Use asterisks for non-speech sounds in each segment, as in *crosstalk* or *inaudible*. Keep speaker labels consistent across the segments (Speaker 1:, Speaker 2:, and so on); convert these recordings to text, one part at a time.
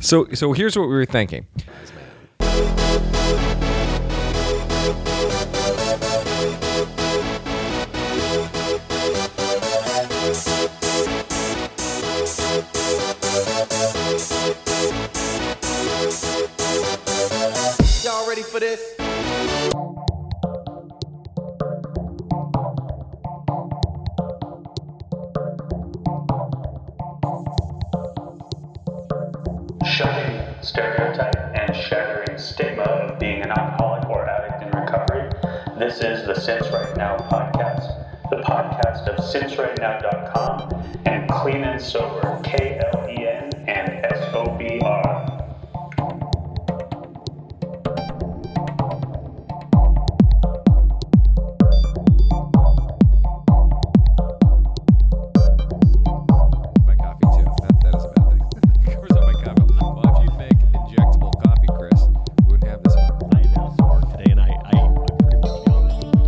Speaker 1: So so here's what we were thinking.
Speaker 2: Y'all ready for this?
Speaker 3: Shocking stereotype and shattering stigma of being an alcoholic or addict in recovery. This is the Since Right Now podcast, the podcast of SinceRightNow.com and Clean and Sober, K L E N and S O B R.
Speaker 1: My coffee too. That, that is a bad thing. *laughs* It covers up my coffee. Well, if you'd make injectable coffee, Chris, we wouldn't have this.
Speaker 4: I announced to work today, and I, I, I pretty much nailed it.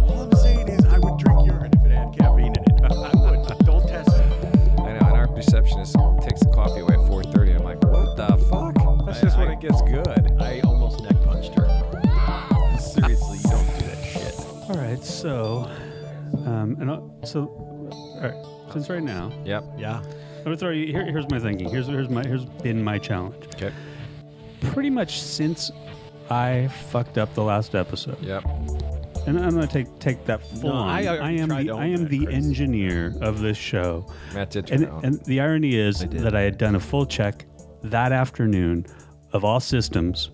Speaker 4: All I'm saying is, I would drink urine if it had caffeine in it. *laughs* I would. Don't test me.
Speaker 1: I know, and our receptionist takes the coffee away at 4:30. I'm like, what the fuck? That's
Speaker 4: I-
Speaker 1: just when
Speaker 4: I-
Speaker 1: it gets good.
Speaker 4: I almost neck punched her. Seriously, you don't do that shit.
Speaker 5: All right, so, um, and uh, so, all right, since right now,
Speaker 1: Yep.
Speaker 4: Yeah.
Speaker 5: I'm gonna throw you. Here, here's my thinking. Here's here's my here's been my challenge.
Speaker 1: Okay.
Speaker 5: Pretty much since I fucked up the last episode,
Speaker 1: Yep.
Speaker 5: and I'm gonna take take that full
Speaker 4: No,
Speaker 5: on.
Speaker 4: I already
Speaker 5: am
Speaker 4: tried
Speaker 5: the
Speaker 4: to own
Speaker 5: I am
Speaker 4: that,
Speaker 5: the
Speaker 4: Chris.
Speaker 5: engineer of this show,
Speaker 1: Matt did turn
Speaker 5: and
Speaker 1: it on.
Speaker 5: and the irony is that I had done a full check that afternoon of all systems,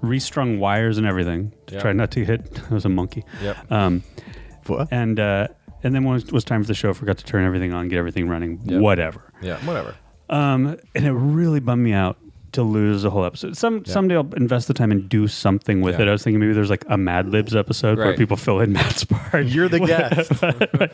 Speaker 5: restrung wires and everything. to
Speaker 1: Yeah.
Speaker 5: Try not to hit. *laughs* I was a monkey.
Speaker 1: Yep.
Speaker 5: Um,
Speaker 4: What?
Speaker 5: and uh, and then when it was time for the show, I forgot to turn everything on, get everything running,
Speaker 1: Yep.
Speaker 5: whatever.
Speaker 1: yeah. Whatever.
Speaker 5: Um, and it really bummed me out to lose a whole episode. Some someday I'll invest the time and do something with
Speaker 1: Yeah.
Speaker 5: it. I was thinking maybe there's like a Mad Libs episode where
Speaker 1: Right.
Speaker 5: people fill
Speaker 6: *laughs*
Speaker 5: in Matt's part.
Speaker 6: You're the
Speaker 4: *laughs*
Speaker 6: guest.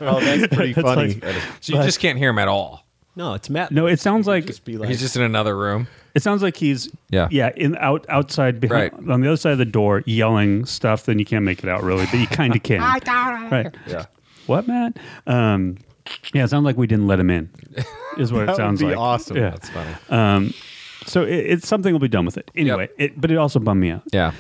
Speaker 6: oh, that's pretty
Speaker 5: That's
Speaker 6: funny.
Speaker 5: like-
Speaker 1: So you just can't hear him at all.
Speaker 4: No, it's Matt.
Speaker 5: No, it sounds
Speaker 4: You
Speaker 5: like-
Speaker 4: just be like
Speaker 1: He's just in another room.
Speaker 5: *laughs* it sounds like he's
Speaker 1: Yeah.
Speaker 5: yeah in out outside behind
Speaker 1: Right.
Speaker 5: on the other side of the door yelling stuff. Then you can't make it out really, but
Speaker 6: *laughs*
Speaker 5: you kind of can. right?
Speaker 1: Yeah.
Speaker 5: What Matt? Um, yeah, it sounds like we didn't let
Speaker 6: *laughs*
Speaker 5: him in. Is what
Speaker 6: That
Speaker 5: it
Speaker 6: would
Speaker 5: sounds
Speaker 6: be
Speaker 5: like.
Speaker 6: awesome.
Speaker 5: Yeah.
Speaker 1: That's funny.
Speaker 5: So it, it's something will be done with it anyway. It, but it also bummed me out,
Speaker 1: Yeah.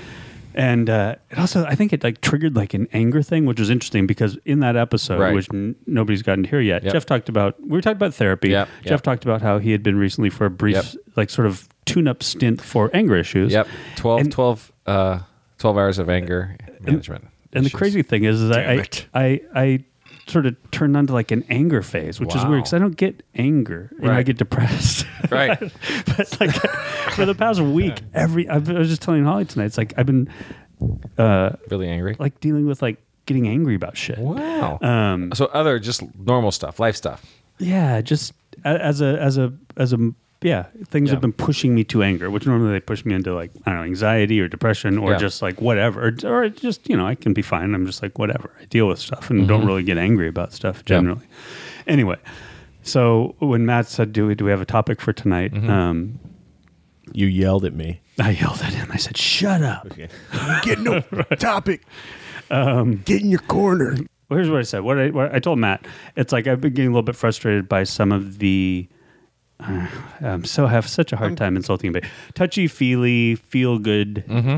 Speaker 5: and uh, it also I think it like triggered like an anger thing, which was interesting because in that episode,
Speaker 1: Right.
Speaker 5: which n- nobody's gotten to hear yet,
Speaker 1: Yep.
Speaker 5: Jeff talked about we were talking about therapy.
Speaker 1: Yep,
Speaker 5: Jeff
Speaker 1: yep.
Speaker 5: talked about how he had been recently for a brief
Speaker 1: Yep.
Speaker 5: like sort of tune-up stint for anger issues.
Speaker 1: Yep. 12,
Speaker 5: And-
Speaker 1: 12, uh, 12 hours of anger management.
Speaker 5: And the
Speaker 1: issues.
Speaker 5: crazy thing is, is
Speaker 1: Damn
Speaker 5: I,
Speaker 1: it.
Speaker 5: I, I, I sort of turned onto like an anger phase, which is
Speaker 1: Wow.
Speaker 5: weird because I don't get anger. You know, I
Speaker 1: Right.
Speaker 5: get depressed. *laughs*
Speaker 1: Right.
Speaker 5: but like *laughs* for the past week, every I've, I was just telling Holly tonight, it's like I've been
Speaker 1: Really angry.
Speaker 5: like dealing with like getting angry about shit.
Speaker 1: Wow.
Speaker 5: Um,
Speaker 1: so other just normal stuff, life stuff.
Speaker 5: yeah, just a- as a as a as a yeah, things
Speaker 1: Yeah.
Speaker 5: have been pushing me to anger, which normally they push me into like I don't know anxiety or depression or
Speaker 1: Yeah.
Speaker 5: just like whatever, or, or it just you know I can be fine. I'm just like whatever. I deal with stuff and
Speaker 1: Mm-hmm.
Speaker 5: don't really get angry about stuff generally. Anyway, so when Matt said, "Do we do we have a topic for tonight?"
Speaker 1: Mm-hmm.
Speaker 5: Um,
Speaker 6: You yelled at me.
Speaker 5: I yelled at him. I said, "Shut up."
Speaker 6: Get no
Speaker 4: *laughs*
Speaker 6: topic.
Speaker 5: Um,
Speaker 6: Get in your corner.
Speaker 5: Well, here's what I said. What I, what I told Matt, it's like I've been getting a little bit frustrated by some of the. Uh, I'm so have such a hard time insulting, but touchy feely, feel good
Speaker 1: Mm-hmm.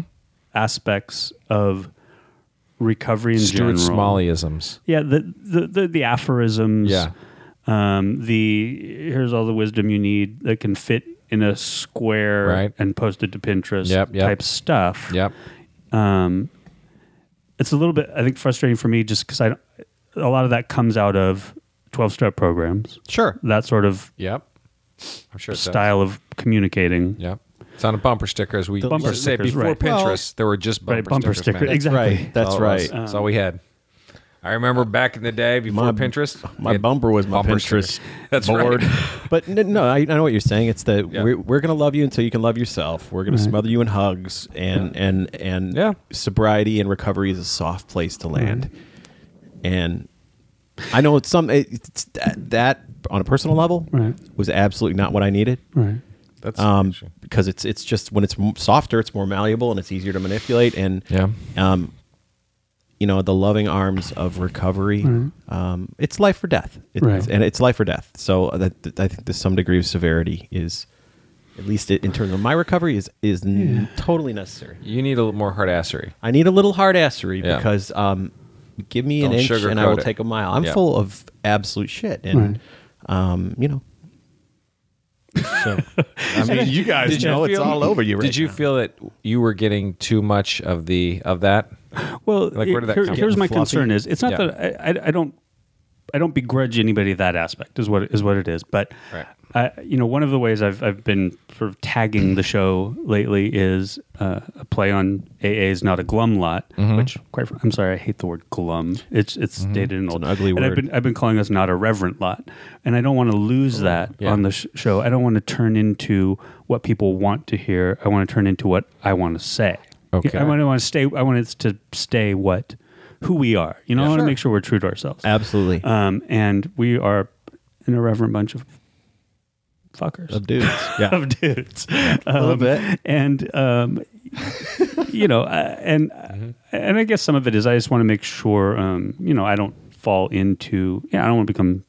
Speaker 5: aspects of recovery in
Speaker 1: Stuart
Speaker 5: general.
Speaker 1: Smalleyisms.
Speaker 5: Yeah, the the the, the aphorisms.
Speaker 1: Yeah.
Speaker 5: Um, the here's all the wisdom you need that can fit in a square
Speaker 1: Right.
Speaker 5: and posted to Pinterest
Speaker 1: Yep, yep.
Speaker 5: type stuff
Speaker 1: Yep.
Speaker 5: um, it's a little bit I think frustrating for me just because I don't- a lot of that comes out of twelve step programs
Speaker 1: Sure.
Speaker 5: that sort of
Speaker 1: Yep. I'm sure it does.
Speaker 5: style of communicating
Speaker 1: Yep. It's on a bumper sticker, as we
Speaker 5: Bumper
Speaker 1: used to say
Speaker 5: stickers,
Speaker 1: before
Speaker 5: right.
Speaker 1: Pinterest.
Speaker 6: Well-
Speaker 1: there were just bumper,
Speaker 5: right bumper
Speaker 1: stickers.
Speaker 5: sticker
Speaker 1: man.
Speaker 5: exactly
Speaker 6: Right. That's
Speaker 1: all it was.
Speaker 6: right.
Speaker 1: That's all we had. I remember back in the day before
Speaker 6: My-
Speaker 1: Pinterest. we
Speaker 6: My
Speaker 1: had
Speaker 6: bumper was my
Speaker 1: bumper
Speaker 6: Pinterest
Speaker 1: stickers. *laughs* That's
Speaker 6: board.
Speaker 1: right.
Speaker 6: but n- no, I, I know what you're saying. It's that
Speaker 1: Yeah.
Speaker 6: we're, we're going to love you until you can love yourself. We're going to smother you in hugs, and and and
Speaker 1: Yeah.
Speaker 6: sobriety and recovery is a soft place to land. And I know it's some it, it's that, that on a personal level
Speaker 5: Right.
Speaker 6: was absolutely not what I needed.
Speaker 5: right
Speaker 1: That's
Speaker 6: um, because it's it's just when it's m- softer, it's more malleable and it's easier to manipulate. And
Speaker 1: Yeah.
Speaker 6: um, you know, the loving arms of recovery. Um, it's life or death, uh, It's-
Speaker 5: Right.
Speaker 6: and it's life or death. So that, that- I think to some degree of severity is At least it, in terms of my recovery, is is n- totally necessary.
Speaker 1: You need a little more hard assery.
Speaker 6: I need a little hard assery
Speaker 1: Yeah.
Speaker 6: because um, give me an
Speaker 1: Don't
Speaker 6: inch and I
Speaker 1: sugarcoat
Speaker 6: will
Speaker 1: it.
Speaker 6: take a mile. I'm
Speaker 1: Yeah.
Speaker 6: full of absolute shit, and um, you know. So I mean, you guys
Speaker 1: Did you
Speaker 6: know it's
Speaker 1: feel-
Speaker 6: all over you. Right
Speaker 1: Did you feel that you were getting too much of the of that?
Speaker 5: Well,
Speaker 1: Like, where did that
Speaker 5: here-
Speaker 1: come
Speaker 5: here's
Speaker 1: from?
Speaker 5: my
Speaker 6: Fluffy?
Speaker 5: concern: is it's not
Speaker 1: Yeah.
Speaker 5: that I, I, I don't I don't begrudge anybody that aspect is what is what it is, but
Speaker 1: Right.
Speaker 5: uh, you know one of the ways I've I've been sort of tagging the show lately is uh, a play on AA's not a glum lot,
Speaker 1: Mm-hmm.
Speaker 5: which quite fr- I'm sorry I hate the word glum. It's it's dated and old,
Speaker 6: an ugly
Speaker 5: and I've
Speaker 6: word.
Speaker 5: been I've been calling us not a reverent lot, and I don't want to lose that
Speaker 1: yeah.
Speaker 5: on the sh- show. I don't want to turn into what people want to hear. I want to turn into what I want to say.
Speaker 1: Okay.
Speaker 5: I want to want to stay. I want it to stay what who we are. You know, I want to make sure we're true to ourselves.
Speaker 6: Absolutely,
Speaker 5: Um, and we are an irreverent bunch of fuckers
Speaker 6: of *laughs* dudes. Yeah,
Speaker 5: *laughs* of dudes, Um,
Speaker 6: a little bit.
Speaker 5: and um, you know, uh, and and I guess some of it is I just want to make sure, um, you know, I don't fall into. Yeah, I don't want to become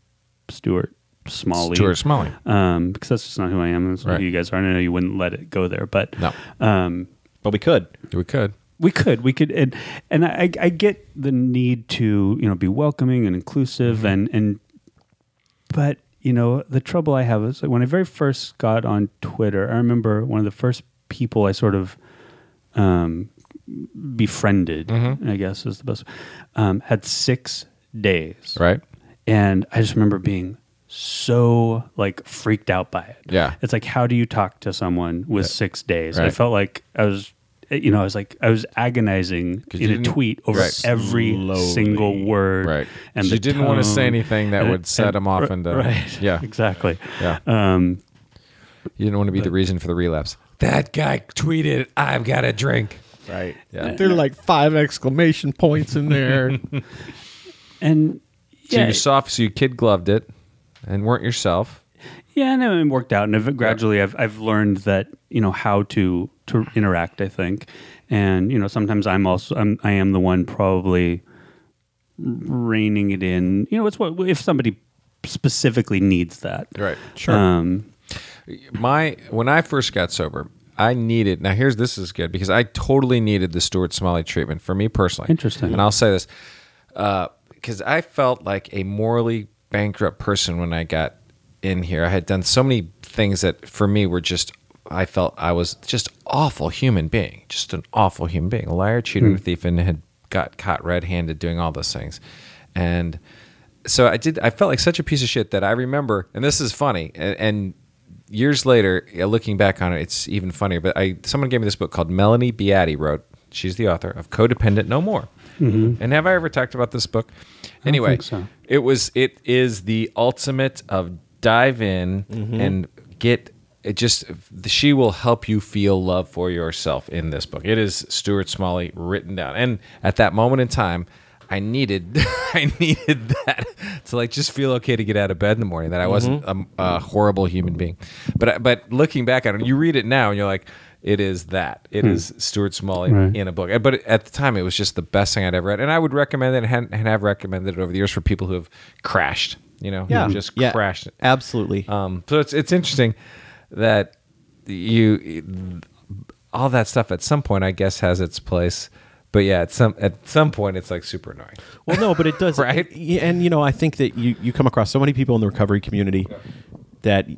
Speaker 5: Stuart Smalley.
Speaker 1: Stuart Smalley.
Speaker 5: Um, because that's just not who I am. That's not
Speaker 1: Right.
Speaker 5: who you guys are. And I know you wouldn't let it go there, but
Speaker 1: No.
Speaker 5: um,
Speaker 6: But we could.
Speaker 1: We could.
Speaker 5: we could, we could, and and I, I get the need to you know be welcoming and inclusive and and, but you know the trouble I have is that when I very first got on Twitter, I remember one of the first people I sort of um, befriended, I guess is the best, um, had six days,
Speaker 1: Right.
Speaker 5: and I just remember being so like freaked out by it.
Speaker 1: Yeah.
Speaker 5: It's like how do you talk to someone with 6 days? I
Speaker 1: Right.
Speaker 5: felt like I was you know, I was like I was agonizing
Speaker 1: 'Cause
Speaker 5: in
Speaker 1: you
Speaker 5: a
Speaker 1: didn't-
Speaker 5: tweet over
Speaker 1: Right.
Speaker 5: every
Speaker 6: Slowly.
Speaker 5: single word
Speaker 1: Right.
Speaker 5: and the
Speaker 1: you didn't want to say
Speaker 5: tone.
Speaker 1: anything that
Speaker 5: And-
Speaker 1: would set
Speaker 5: and-
Speaker 1: him off
Speaker 5: r-
Speaker 1: into
Speaker 5: right.
Speaker 1: yeah.
Speaker 5: *laughs* Exactly.
Speaker 1: Yeah.
Speaker 5: Um
Speaker 1: You didn't want to be the reason for the relapse. That guy tweeted, "I've got a drink."
Speaker 6: Right.
Speaker 1: Yeah.
Speaker 6: There are like five exclamation points in there.
Speaker 5: and
Speaker 1: So
Speaker 5: yeah,
Speaker 1: you soft, so you kid gloved it, and weren't yourself.
Speaker 5: yeah, and it worked out, and I've, gradually, I've I've learned that you know how to to interact. I think, and you know, sometimes I'm also I'm, I am the one probably reining it in. You know, it's what if somebody specifically needs that,
Speaker 1: Right. Sure.
Speaker 5: Um,
Speaker 1: my when I first got sober, I needed now here's this is good because I totally needed the Stuart Smalley treatment for me personally.
Speaker 5: Interesting.
Speaker 1: And I'll say this because I felt like a morally bankrupt person when I got in here. I had done so many things that for me were just I felt I was just awful human being, just an awful human being, a liar, cheater, and a thief, and had got caught red-handed doing all those things, and so I did. I felt like such a piece of shit that I remember, and this is funny, and. and Years later, uh, looking back on it, it's even funnier. But I, someone gave me this book called Melanie Beatty wrote. She's the author of Codependent No More. And have I ever talked about this book? Anyway,
Speaker 5: Mm-hmm. think so.
Speaker 1: it was it is the ultimate of dive in and get it just she will help you feel love for yourself in this book. It is Stuart Smalley written down. And at that moment in time, I needed *laughs* I needed that to like just feel okay to get out of bed in the morning that I wasn't a, a horrible human being. But I- but looking back on it, you read it now and you're like it is that. It is Stuart Smalley in a book. But at the time, it was just the best thing I'd ever read, and I would recommend it and have- and have recommended it over the years for people who have crashed. You know, who
Speaker 6: *laughs* Yeah,
Speaker 1: just
Speaker 6: yeah,
Speaker 1: crashed. it.
Speaker 6: Absolutely.
Speaker 1: Um, so it's it's interesting that you all that stuff at some point, I guess, has its place. But yeah, at some at some point, it's like super annoying.
Speaker 6: Well, no, but it does.
Speaker 1: *laughs* Right?
Speaker 6: it- and you know, I think that you you come across so many people in the recovery community that y-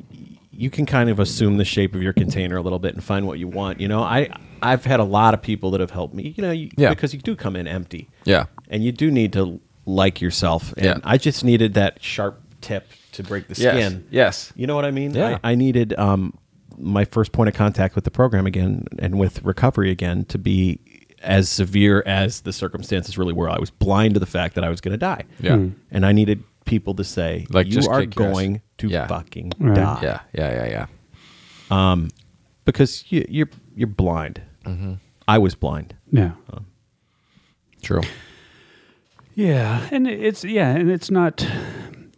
Speaker 6: you can kind of assume the shape of your container a little bit and find what you want. You know, I I've had a lot of people that have helped me. You know, you,
Speaker 1: Yeah.
Speaker 6: because you do come in empty.
Speaker 1: Yeah.
Speaker 6: and you do need to like yourself. And
Speaker 1: Yeah.
Speaker 6: I just needed that sharp tip to break the
Speaker 1: Yes.
Speaker 6: skin.
Speaker 1: Yes.
Speaker 6: You know what I mean?
Speaker 1: Yeah.
Speaker 6: I, I needed um, my first point of contact with the program again and with recovery again to be as severe as the circumstances really were. I was blind to the fact that I was going to die.
Speaker 1: Yeah. Hmm.
Speaker 6: And I needed people to say,
Speaker 1: Like,
Speaker 6: you
Speaker 1: just
Speaker 6: are
Speaker 1: kick your ass."
Speaker 6: going to
Speaker 1: Yeah.
Speaker 6: fucking
Speaker 5: Right.
Speaker 6: die.
Speaker 1: Yeah, yeah, yeah, yeah.
Speaker 6: Because you, you're, you're blind.
Speaker 1: Mm-hmm.
Speaker 6: I was blind.
Speaker 5: yeah,
Speaker 1: Um, True.
Speaker 5: yeah, and it's yeah, and it's not,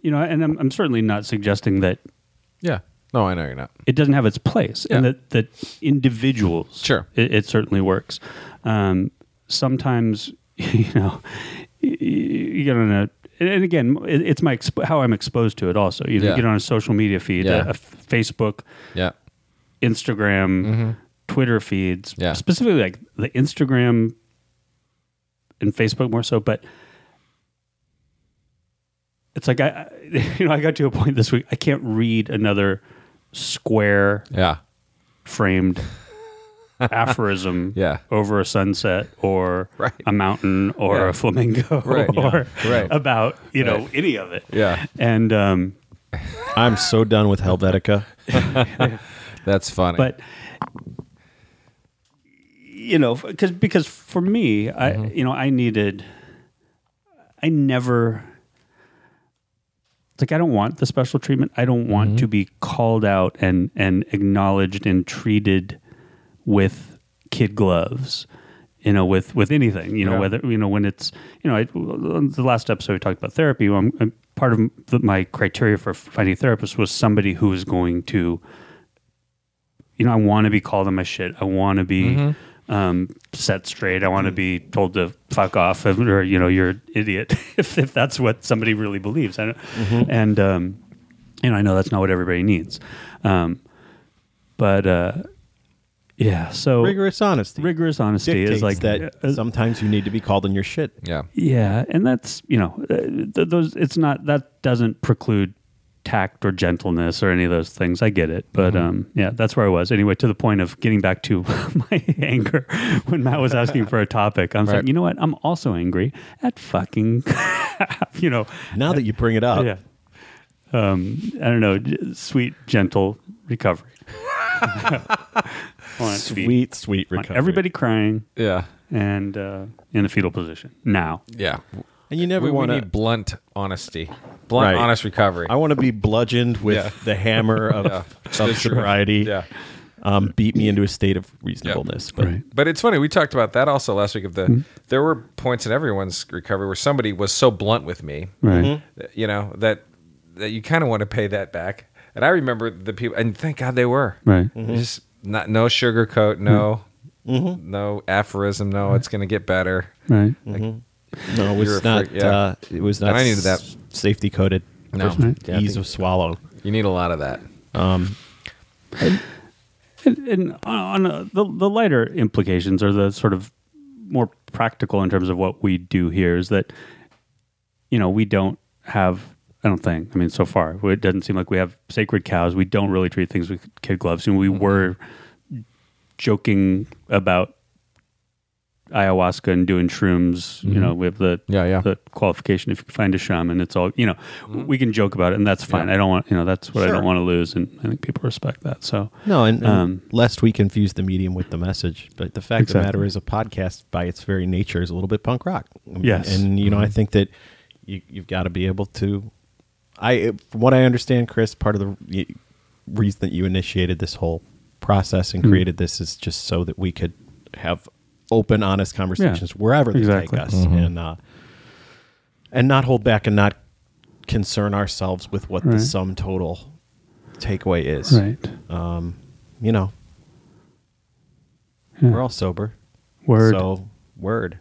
Speaker 5: you know, and I'm, I'm certainly not suggesting that
Speaker 1: Yeah. No, I know you're not.
Speaker 5: it doesn't have its place, and
Speaker 1: Yeah.
Speaker 5: that that individuals,
Speaker 1: Sure.
Speaker 5: it, it certainly works. Um, sometimes, *laughs* you know, y- y- you get on a, and again, it, it's my exp- how I'm exposed to it. Also, you know,
Speaker 1: Yeah.
Speaker 5: you get on a social media feed,
Speaker 1: Yeah.
Speaker 5: a, a Facebook
Speaker 1: Yeah.
Speaker 5: Instagram, Twitter feeds,
Speaker 1: Mm-hmm. Yeah.
Speaker 5: specifically like the Instagram and Facebook more so, but it's like I, *laughs* I- you know, I got to a point this week. I can't read another square
Speaker 1: Yeah.
Speaker 5: framed aphorism
Speaker 1: *laughs* Yeah.
Speaker 5: over a sunset or
Speaker 1: Right.
Speaker 5: a mountain or
Speaker 1: Yeah.
Speaker 5: a flamingo
Speaker 1: Right.
Speaker 5: *laughs* or
Speaker 1: Yeah. Right.
Speaker 5: about you know
Speaker 1: Right.
Speaker 5: any of it.
Speaker 1: Yeah.
Speaker 5: And um,
Speaker 6: I'm so done with Helvetica.
Speaker 1: That's funny.
Speaker 5: but you know because because for me i you know i needed i never like i don't want the special treatment i don't want to be called out and and acknowledged and treated with kid gloves you know with with anything you know whether you know when it's you know I, on the last episode we talked about therapy I'm, I'm- part of the, my criteria for finding a therapist was somebody who is going to you know, I want to be called on my shit. I want to be
Speaker 6: Mm-hmm.
Speaker 5: um, set straight. I want to be told to fuck off or, you know, you're an idiot *laughs* if, if that's what somebody really believes. I don't,
Speaker 6: Mm-hmm.
Speaker 5: And, um, you know, I know that's not what everybody needs. Um, but, uh, yeah, so
Speaker 6: Rigorous honesty.
Speaker 5: rigorous honesty
Speaker 6: dictates
Speaker 5: is like
Speaker 6: that
Speaker 5: uh,
Speaker 6: sometimes you need to be called on your shit.
Speaker 1: yeah.
Speaker 5: yeah, and that's you know uh, th- those. It's not that doesn't preclude tact or gentleness or any of those things. I get it, but um, yeah, that's where I was anyway. To the point of getting back to *laughs* my anger when Matt was asking for a topic, I'm
Speaker 1: Right.
Speaker 5: like, you know what? I'm also angry at fucking, *laughs* you know,
Speaker 6: Now that you bring it up,
Speaker 5: yeah. Um, I don't know, j- sweet gentle recovery. *laughs* On its feet.
Speaker 6: sweet, sweet
Speaker 5: On
Speaker 6: recovery.
Speaker 5: everybody crying
Speaker 1: Yeah.
Speaker 5: and uh, in a fetal position now.
Speaker 1: Yeah.
Speaker 6: and you
Speaker 1: We,
Speaker 6: never
Speaker 1: we
Speaker 6: want to.
Speaker 1: need blunt honesty, blunt,
Speaker 6: Right.
Speaker 1: honest recovery. *laughs*
Speaker 6: I want to be bludgeoned with
Speaker 1: Yeah.
Speaker 6: the
Speaker 1: *laughs*
Speaker 6: hammer of, of sobriety.
Speaker 1: yeah.
Speaker 6: Um, beat me into a state of reasonableness. But
Speaker 5: Right.
Speaker 1: But it's funny. We talked about that also last week. Of the there were points in everyone's recovery where somebody was so blunt with me,
Speaker 5: Right.
Speaker 1: that- you know that that you kind of want to pay that back. And I remember the people, and thank God they were
Speaker 5: Right.
Speaker 1: Just not no sugarcoat, no no aphorism, no. It's gonna get better.
Speaker 5: Right.
Speaker 6: no, it
Speaker 1: You're a
Speaker 6: was not.
Speaker 1: freak, yeah.
Speaker 6: uh, it was not.
Speaker 1: And I needed that.
Speaker 6: s- safety coded.
Speaker 1: No.
Speaker 6: for
Speaker 1: Yeah, I
Speaker 6: ease
Speaker 1: think-
Speaker 6: of swallow.
Speaker 1: You need a lot of that.
Speaker 5: And, and on, on uh, the, the lighter implications or the sort of more practical in terms of what we do here is that, you know, we don't have, I don't think, I mean, so far, it doesn't seem like we have sacred cows. We don't really treat things with kid gloves. And we
Speaker 1: Mm-hmm.
Speaker 5: were joking about ayahuasca and doing shrooms. You know, we have the
Speaker 1: Mm-hmm. Yeah, yeah. Mm-hmm.
Speaker 5: the qualification. If you find a shaman, it's all you know. We can joke about it, and that's fine. I don't want you know that's what I don't want to lose, and I think people respect that. So
Speaker 6: No, and, and
Speaker 5: Um,
Speaker 6: lest we confuse the medium with the message, but the fact
Speaker 5: Exactly.
Speaker 6: of the matter is, a podcast by its very nature is a little bit punk rock. I mean,
Speaker 5: Yes. Mm-hmm.
Speaker 6: and you know, I think that you, you've got to be able to. I, from what I understand, Chris, part of the re- reason that you initiated this whole process
Speaker 5: Hmm.
Speaker 6: and created this is just so that we could have open, honest conversations wherever they
Speaker 5: Exactly.
Speaker 6: take us, and uh, and not hold back and not concern ourselves with what the
Speaker 5: Right.
Speaker 6: sum total takeaway is
Speaker 5: right,
Speaker 6: you know,
Speaker 5: Yeah.
Speaker 6: we're all sober.
Speaker 5: word
Speaker 6: So *laughs* word.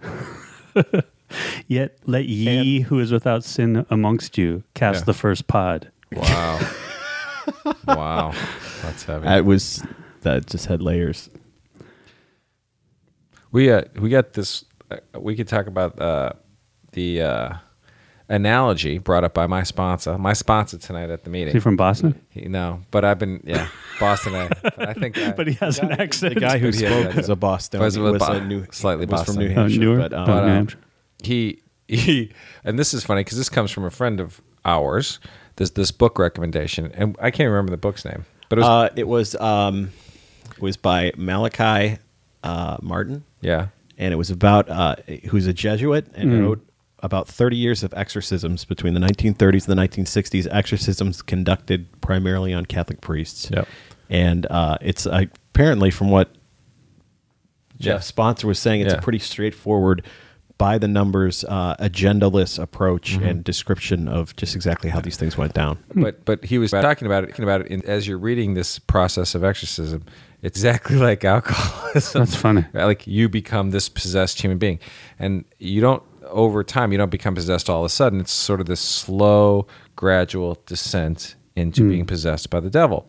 Speaker 5: yet let ye who is without sin amongst you cast
Speaker 1: Yeah.
Speaker 5: the first pod.
Speaker 1: Wow. wow. That's heavy.
Speaker 6: That was that just had layers.
Speaker 1: We uh, we got this. Uh, we could talk about uh, the uh, analogy brought up by my sponsor. My sponsor tonight at the
Speaker 5: Is he
Speaker 1: meeting.
Speaker 5: from Boston?
Speaker 1: He- no, but I've been yeah, Boston. I, I
Speaker 5: *laughs*
Speaker 1: think. I,
Speaker 5: But he has an accent.
Speaker 6: The guy
Speaker 1: *laughs*
Speaker 6: who
Speaker 1: Yeah,
Speaker 6: spoke
Speaker 1: yeah,
Speaker 6: was
Speaker 1: yeah.
Speaker 6: a Boston.
Speaker 1: Was
Speaker 6: Was,
Speaker 1: it with Bo-
Speaker 6: a New,
Speaker 1: slightly
Speaker 6: was from
Speaker 1: Boston.
Speaker 6: New
Speaker 5: Oh,
Speaker 6: Hampshire.
Speaker 5: Newark?
Speaker 6: but, um,
Speaker 5: Oh, New
Speaker 1: um,
Speaker 5: Hampshire.
Speaker 1: he he, and this is funny because this comes from a friend of ours. This this book recommendation, and I can't remember the book's name, but it was
Speaker 6: uh, it was um, it was by Malachi uh, Martin,
Speaker 1: yeah,
Speaker 6: and it was about uh, who's a Jesuit and
Speaker 1: Hmm.
Speaker 6: wrote about 30 years of exorcisms between the 1930s and the 1960s. Exorcisms conducted primarily on Catholic priests.
Speaker 1: Yep.
Speaker 6: and uh, it's uh, apparently from what
Speaker 1: Yeah.
Speaker 6: Jeff's sponsor was saying, it's
Speaker 1: Yeah.
Speaker 6: a pretty straightforward, by the numbers, uh, agendaless approach
Speaker 1: Mm-hmm.
Speaker 6: and description of just exactly how these things went down.
Speaker 5: hmm.
Speaker 1: but but he was talking about it, talking about it in, as you're reading this process of exorcism. It's exactly like alcoholism.
Speaker 5: That's funny.
Speaker 1: Right? Like you become this possessed human being, and you don't over time you don't become possessed all of a sudden. It's sort of this slow, gradual descent into being possessed by the devil,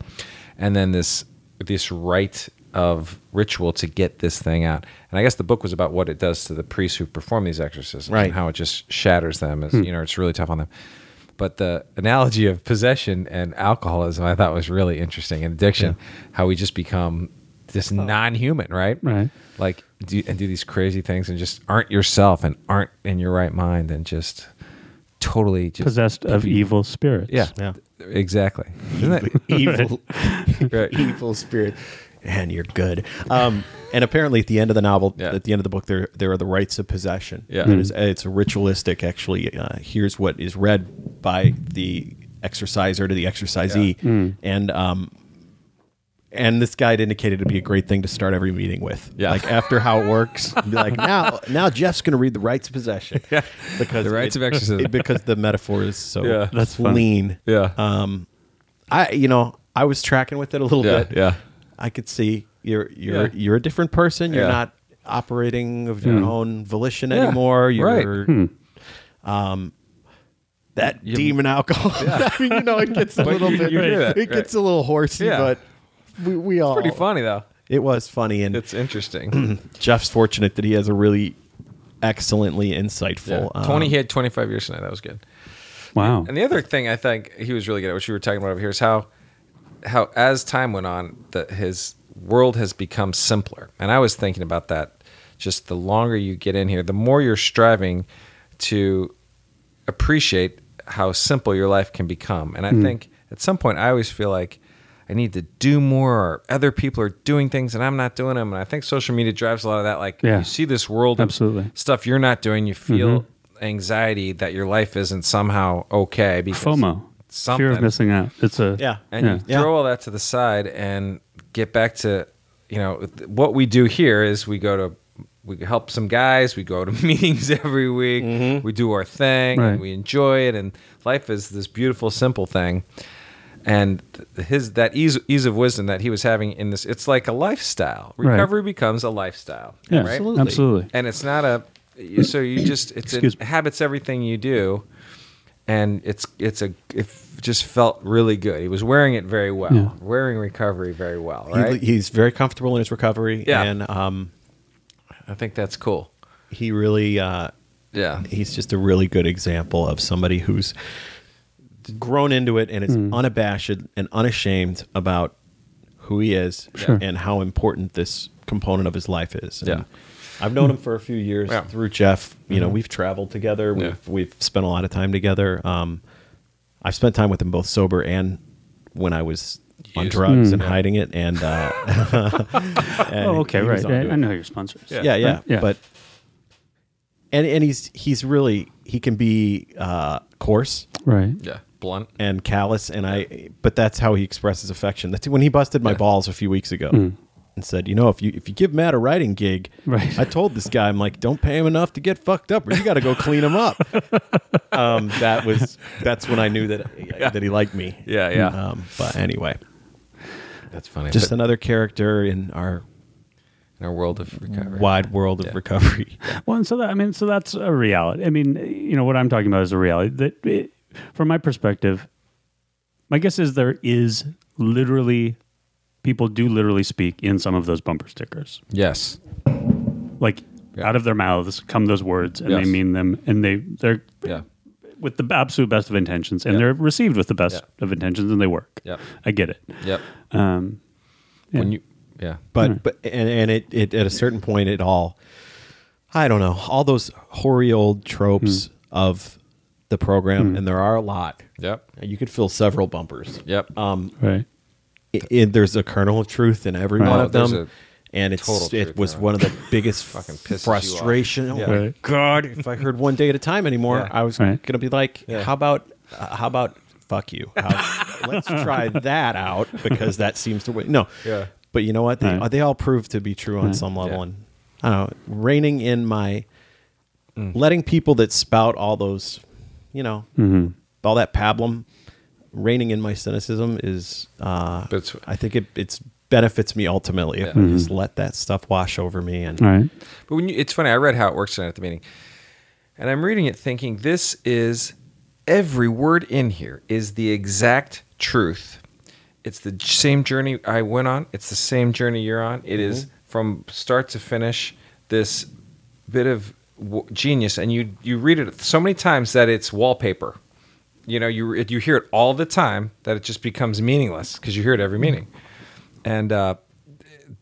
Speaker 1: and then this this rite of ritual to get this thing out. And I guess the book was about what it does to the priests who perform these exorcisms
Speaker 6: Right.
Speaker 1: and how it just shatters them. As you know, it's really tough on them. But the analogy of possession and alcoholism, I thought was really interesting. And addiction, how we just become this non-human, right?
Speaker 5: Right.
Speaker 1: Like do and do these crazy things and just aren't yourself and aren't in your right mind and just totally just
Speaker 5: Possessed of evil spirits. *laughs*
Speaker 1: yeah,
Speaker 6: Yeah.
Speaker 1: exactly. Isn't
Speaker 6: *laughs*
Speaker 1: that
Speaker 6: evil,
Speaker 1: right?
Speaker 6: evil spirit. And you're good. Um, and apparently, at the end of the novel,
Speaker 1: Yeah.
Speaker 6: at the end of the book, there there are the rites of possession.
Speaker 1: Yeah.
Speaker 6: it is. It's ritualistic. Actually, uh, here's what is read by the exerciser to the exercisee, and um, and this guide indicated it'd be a great thing to start every meeting with.
Speaker 1: Yeah.
Speaker 6: like after how
Speaker 1: *laughs*
Speaker 6: it works, be like now now Jeff's going to read the rites of possession. Yeah, because
Speaker 1: The rites
Speaker 6: it-
Speaker 1: of exorcism.
Speaker 6: it- because the metaphor is so
Speaker 1: Yeah.
Speaker 5: That's fun.
Speaker 6: clean.
Speaker 1: Yeah.
Speaker 6: Um, I you know I was tracking with it a little
Speaker 1: yeah,
Speaker 6: bit.
Speaker 1: yeah.
Speaker 6: I could see you're you're
Speaker 1: Yeah.
Speaker 6: you're a different person. You're
Speaker 1: Yeah. Hmm.
Speaker 6: not operating of your own volition
Speaker 1: Yeah,
Speaker 6: anymore.
Speaker 1: right. Hmm.
Speaker 6: You're um that
Speaker 1: *laughs*
Speaker 6: demon alcohol. *laughs* I mean, you know, it gets a
Speaker 1: But
Speaker 6: little
Speaker 1: you-
Speaker 6: bit
Speaker 1: you hear that,
Speaker 6: it
Speaker 1: right.
Speaker 6: gets a little horsey,
Speaker 1: Yeah.
Speaker 6: but we, we all
Speaker 1: Pretty funny though.
Speaker 6: It was funny, and
Speaker 1: It's interesting.
Speaker 6: *clears throat* Jeff's fortunate that he has a really excellently insightful. um,
Speaker 1: Tony he had 25 years tonight. That was good.
Speaker 5: Wow.
Speaker 1: And the other thing I think he was really good at, which we were talking about over here, is how how as time went on, that his world has become simpler. And I was thinking about that. Just the longer you get in here, the more you're striving to appreciate how simple your life can become. And I
Speaker 5: Hmm.
Speaker 1: think at some point, I always feel like I need to do more, or other people are doing things and I'm not doing them. And I think social media drives a lot of that. Like
Speaker 5: Yeah.
Speaker 1: you see this world of
Speaker 5: Absolutely.
Speaker 1: stuff you're not doing, you feel
Speaker 5: Mm-hmm.
Speaker 1: anxiety that your life isn't somehow okay. Because
Speaker 5: FOMO.
Speaker 1: Something.
Speaker 5: Fear of missing out. It's a
Speaker 6: Yeah.
Speaker 1: And you
Speaker 6: Yeah.
Speaker 1: throw all that to the side and get back to, you know, what we do here is we go to, we help some guys, we go to *laughs* meetings every week, we do our thing,
Speaker 5: Right.
Speaker 1: and we enjoy it. And life is this beautiful, simple thing. And th- his that ease ease of wisdom that he was having in this, it's like a lifestyle.
Speaker 5: Right.
Speaker 1: Recovery becomes a lifestyle.
Speaker 5: Yeah,
Speaker 1: right?
Speaker 5: absolutely. Absolutely.
Speaker 1: and it's not a you- so you just it's it
Speaker 5: Excuse me.
Speaker 1: habits everything you do and it's it's a it just felt really good he was wearing it very well
Speaker 5: Yeah.
Speaker 1: wearing recovery very well
Speaker 6: he-
Speaker 1: right
Speaker 6: he's very comfortable in his recovery,
Speaker 1: Yeah.
Speaker 6: and um,
Speaker 1: i think that's cool
Speaker 6: he really. Uh,
Speaker 1: yeah
Speaker 6: he's just a really good example of somebody who's grown into it and is
Speaker 5: Mm.
Speaker 6: unabashed and unashamed about who he is
Speaker 1: Sure.
Speaker 6: and how important this component of his life is. And
Speaker 1: Yeah.
Speaker 6: I've known him
Speaker 5: Mm.
Speaker 6: for a few years
Speaker 1: Yeah.
Speaker 6: through Jeff. You
Speaker 5: Mm-hmm.
Speaker 6: know, we've traveled together. We've
Speaker 1: Yeah.
Speaker 6: we've spent a lot of time together. Um, I've spent time with him both sober and when I was on
Speaker 1: Used.
Speaker 6: drugs and hiding it. And,
Speaker 1: *laughs*
Speaker 6: uh, *laughs* and
Speaker 5: Mm. Oh, okay,
Speaker 6: he was
Speaker 5: right.
Speaker 6: onto
Speaker 5: I, I
Speaker 6: it
Speaker 5: know your sponsors.
Speaker 1: Yeah.
Speaker 6: yeah, yeah,
Speaker 5: Right? Yeah.
Speaker 6: But and and he's he's really he can be uh, coarse
Speaker 5: Right.
Speaker 1: yeah blunt
Speaker 6: and callous, and I. But that's how he expresses affection. That's when he busted my balls a few weeks ago.
Speaker 5: Mm.
Speaker 6: And said, you know, if you if you give Matt a writing gig,
Speaker 5: Right.
Speaker 6: I told this guy, I'm like, don't pay him enough to get fucked up, or you got to go clean him
Speaker 5: *laughs*
Speaker 6: up. um, that was that's when I knew that that he liked me.
Speaker 1: yeah yeah
Speaker 6: Um, but anyway,
Speaker 1: that's funny
Speaker 6: just
Speaker 1: But
Speaker 6: another character in our
Speaker 1: in our world of recovery
Speaker 6: wide world of recovery.
Speaker 5: Well, and so that I mean, so that's a reality. I mean, you know, what I'm talking about is a reality that, it, from my perspective, my guess is there is literally people do literally speak in some of those bumper stickers,
Speaker 1: yes
Speaker 5: like out of their mouths come those words, and
Speaker 1: Yes.
Speaker 5: they mean them, and they they're
Speaker 1: yeah
Speaker 5: with the absolute best of intentions, and
Speaker 1: Yeah.
Speaker 5: they're received with the best
Speaker 1: Yeah.
Speaker 5: of intentions, and they work.
Speaker 1: Yep.
Speaker 5: I get it.
Speaker 1: yep
Speaker 5: Um,
Speaker 1: when you yeah
Speaker 6: but but and, and it, it at a certain point it all i don't know all those hoary old tropes of the program and there are a lot
Speaker 1: yep
Speaker 6: you could fill several bumpers
Speaker 1: yep
Speaker 6: um
Speaker 5: right.
Speaker 6: i i- there's a kernel of truth in every one
Speaker 1: Oh,
Speaker 6: of
Speaker 1: there's
Speaker 6: them and it's
Speaker 1: total
Speaker 6: it
Speaker 1: truth
Speaker 6: was
Speaker 1: in it.
Speaker 6: one
Speaker 1: *laughs*
Speaker 6: of the biggest
Speaker 1: Fucking pisses you off.
Speaker 6: frustration oh
Speaker 1: Yeah.
Speaker 6: my
Speaker 1: *laughs*
Speaker 5: Right.
Speaker 6: god if i heard one day at a time anymore
Speaker 1: Yeah.
Speaker 6: i was
Speaker 5: Right.
Speaker 6: gonna be like
Speaker 1: Yeah.
Speaker 6: how about uh, how about fuck you
Speaker 1: *laughs*
Speaker 6: How- let's try that out because that seems to win no
Speaker 1: Yeah.
Speaker 6: but you know what they,
Speaker 5: Right.
Speaker 6: they all prove to be true on some level
Speaker 1: Yeah.
Speaker 6: and i don't know reining in my
Speaker 1: Mm.
Speaker 6: letting people that spout all those you know
Speaker 5: Mm-hmm.
Speaker 6: all that pablum reining in my cynicism is uh
Speaker 1: But it's-
Speaker 6: i think it it's benefits me ultimately if
Speaker 1: Yeah.
Speaker 6: i just let that stuff wash over me and
Speaker 5: All Mm-hmm. right.
Speaker 1: But when you, it's funny, I read how it works tonight at the meeting, and I'm reading it thinking this is every word in here is the exact truth, it's the j- same journey I went on. It's the same journey you're on. It is from start to finish this bit of w- genius, and you you read it so many times that it's wallpaper. You know, you you hear it all the time that it just becomes meaningless because you hear it every
Speaker 6: Mm-hmm.
Speaker 1: meaning, and uh,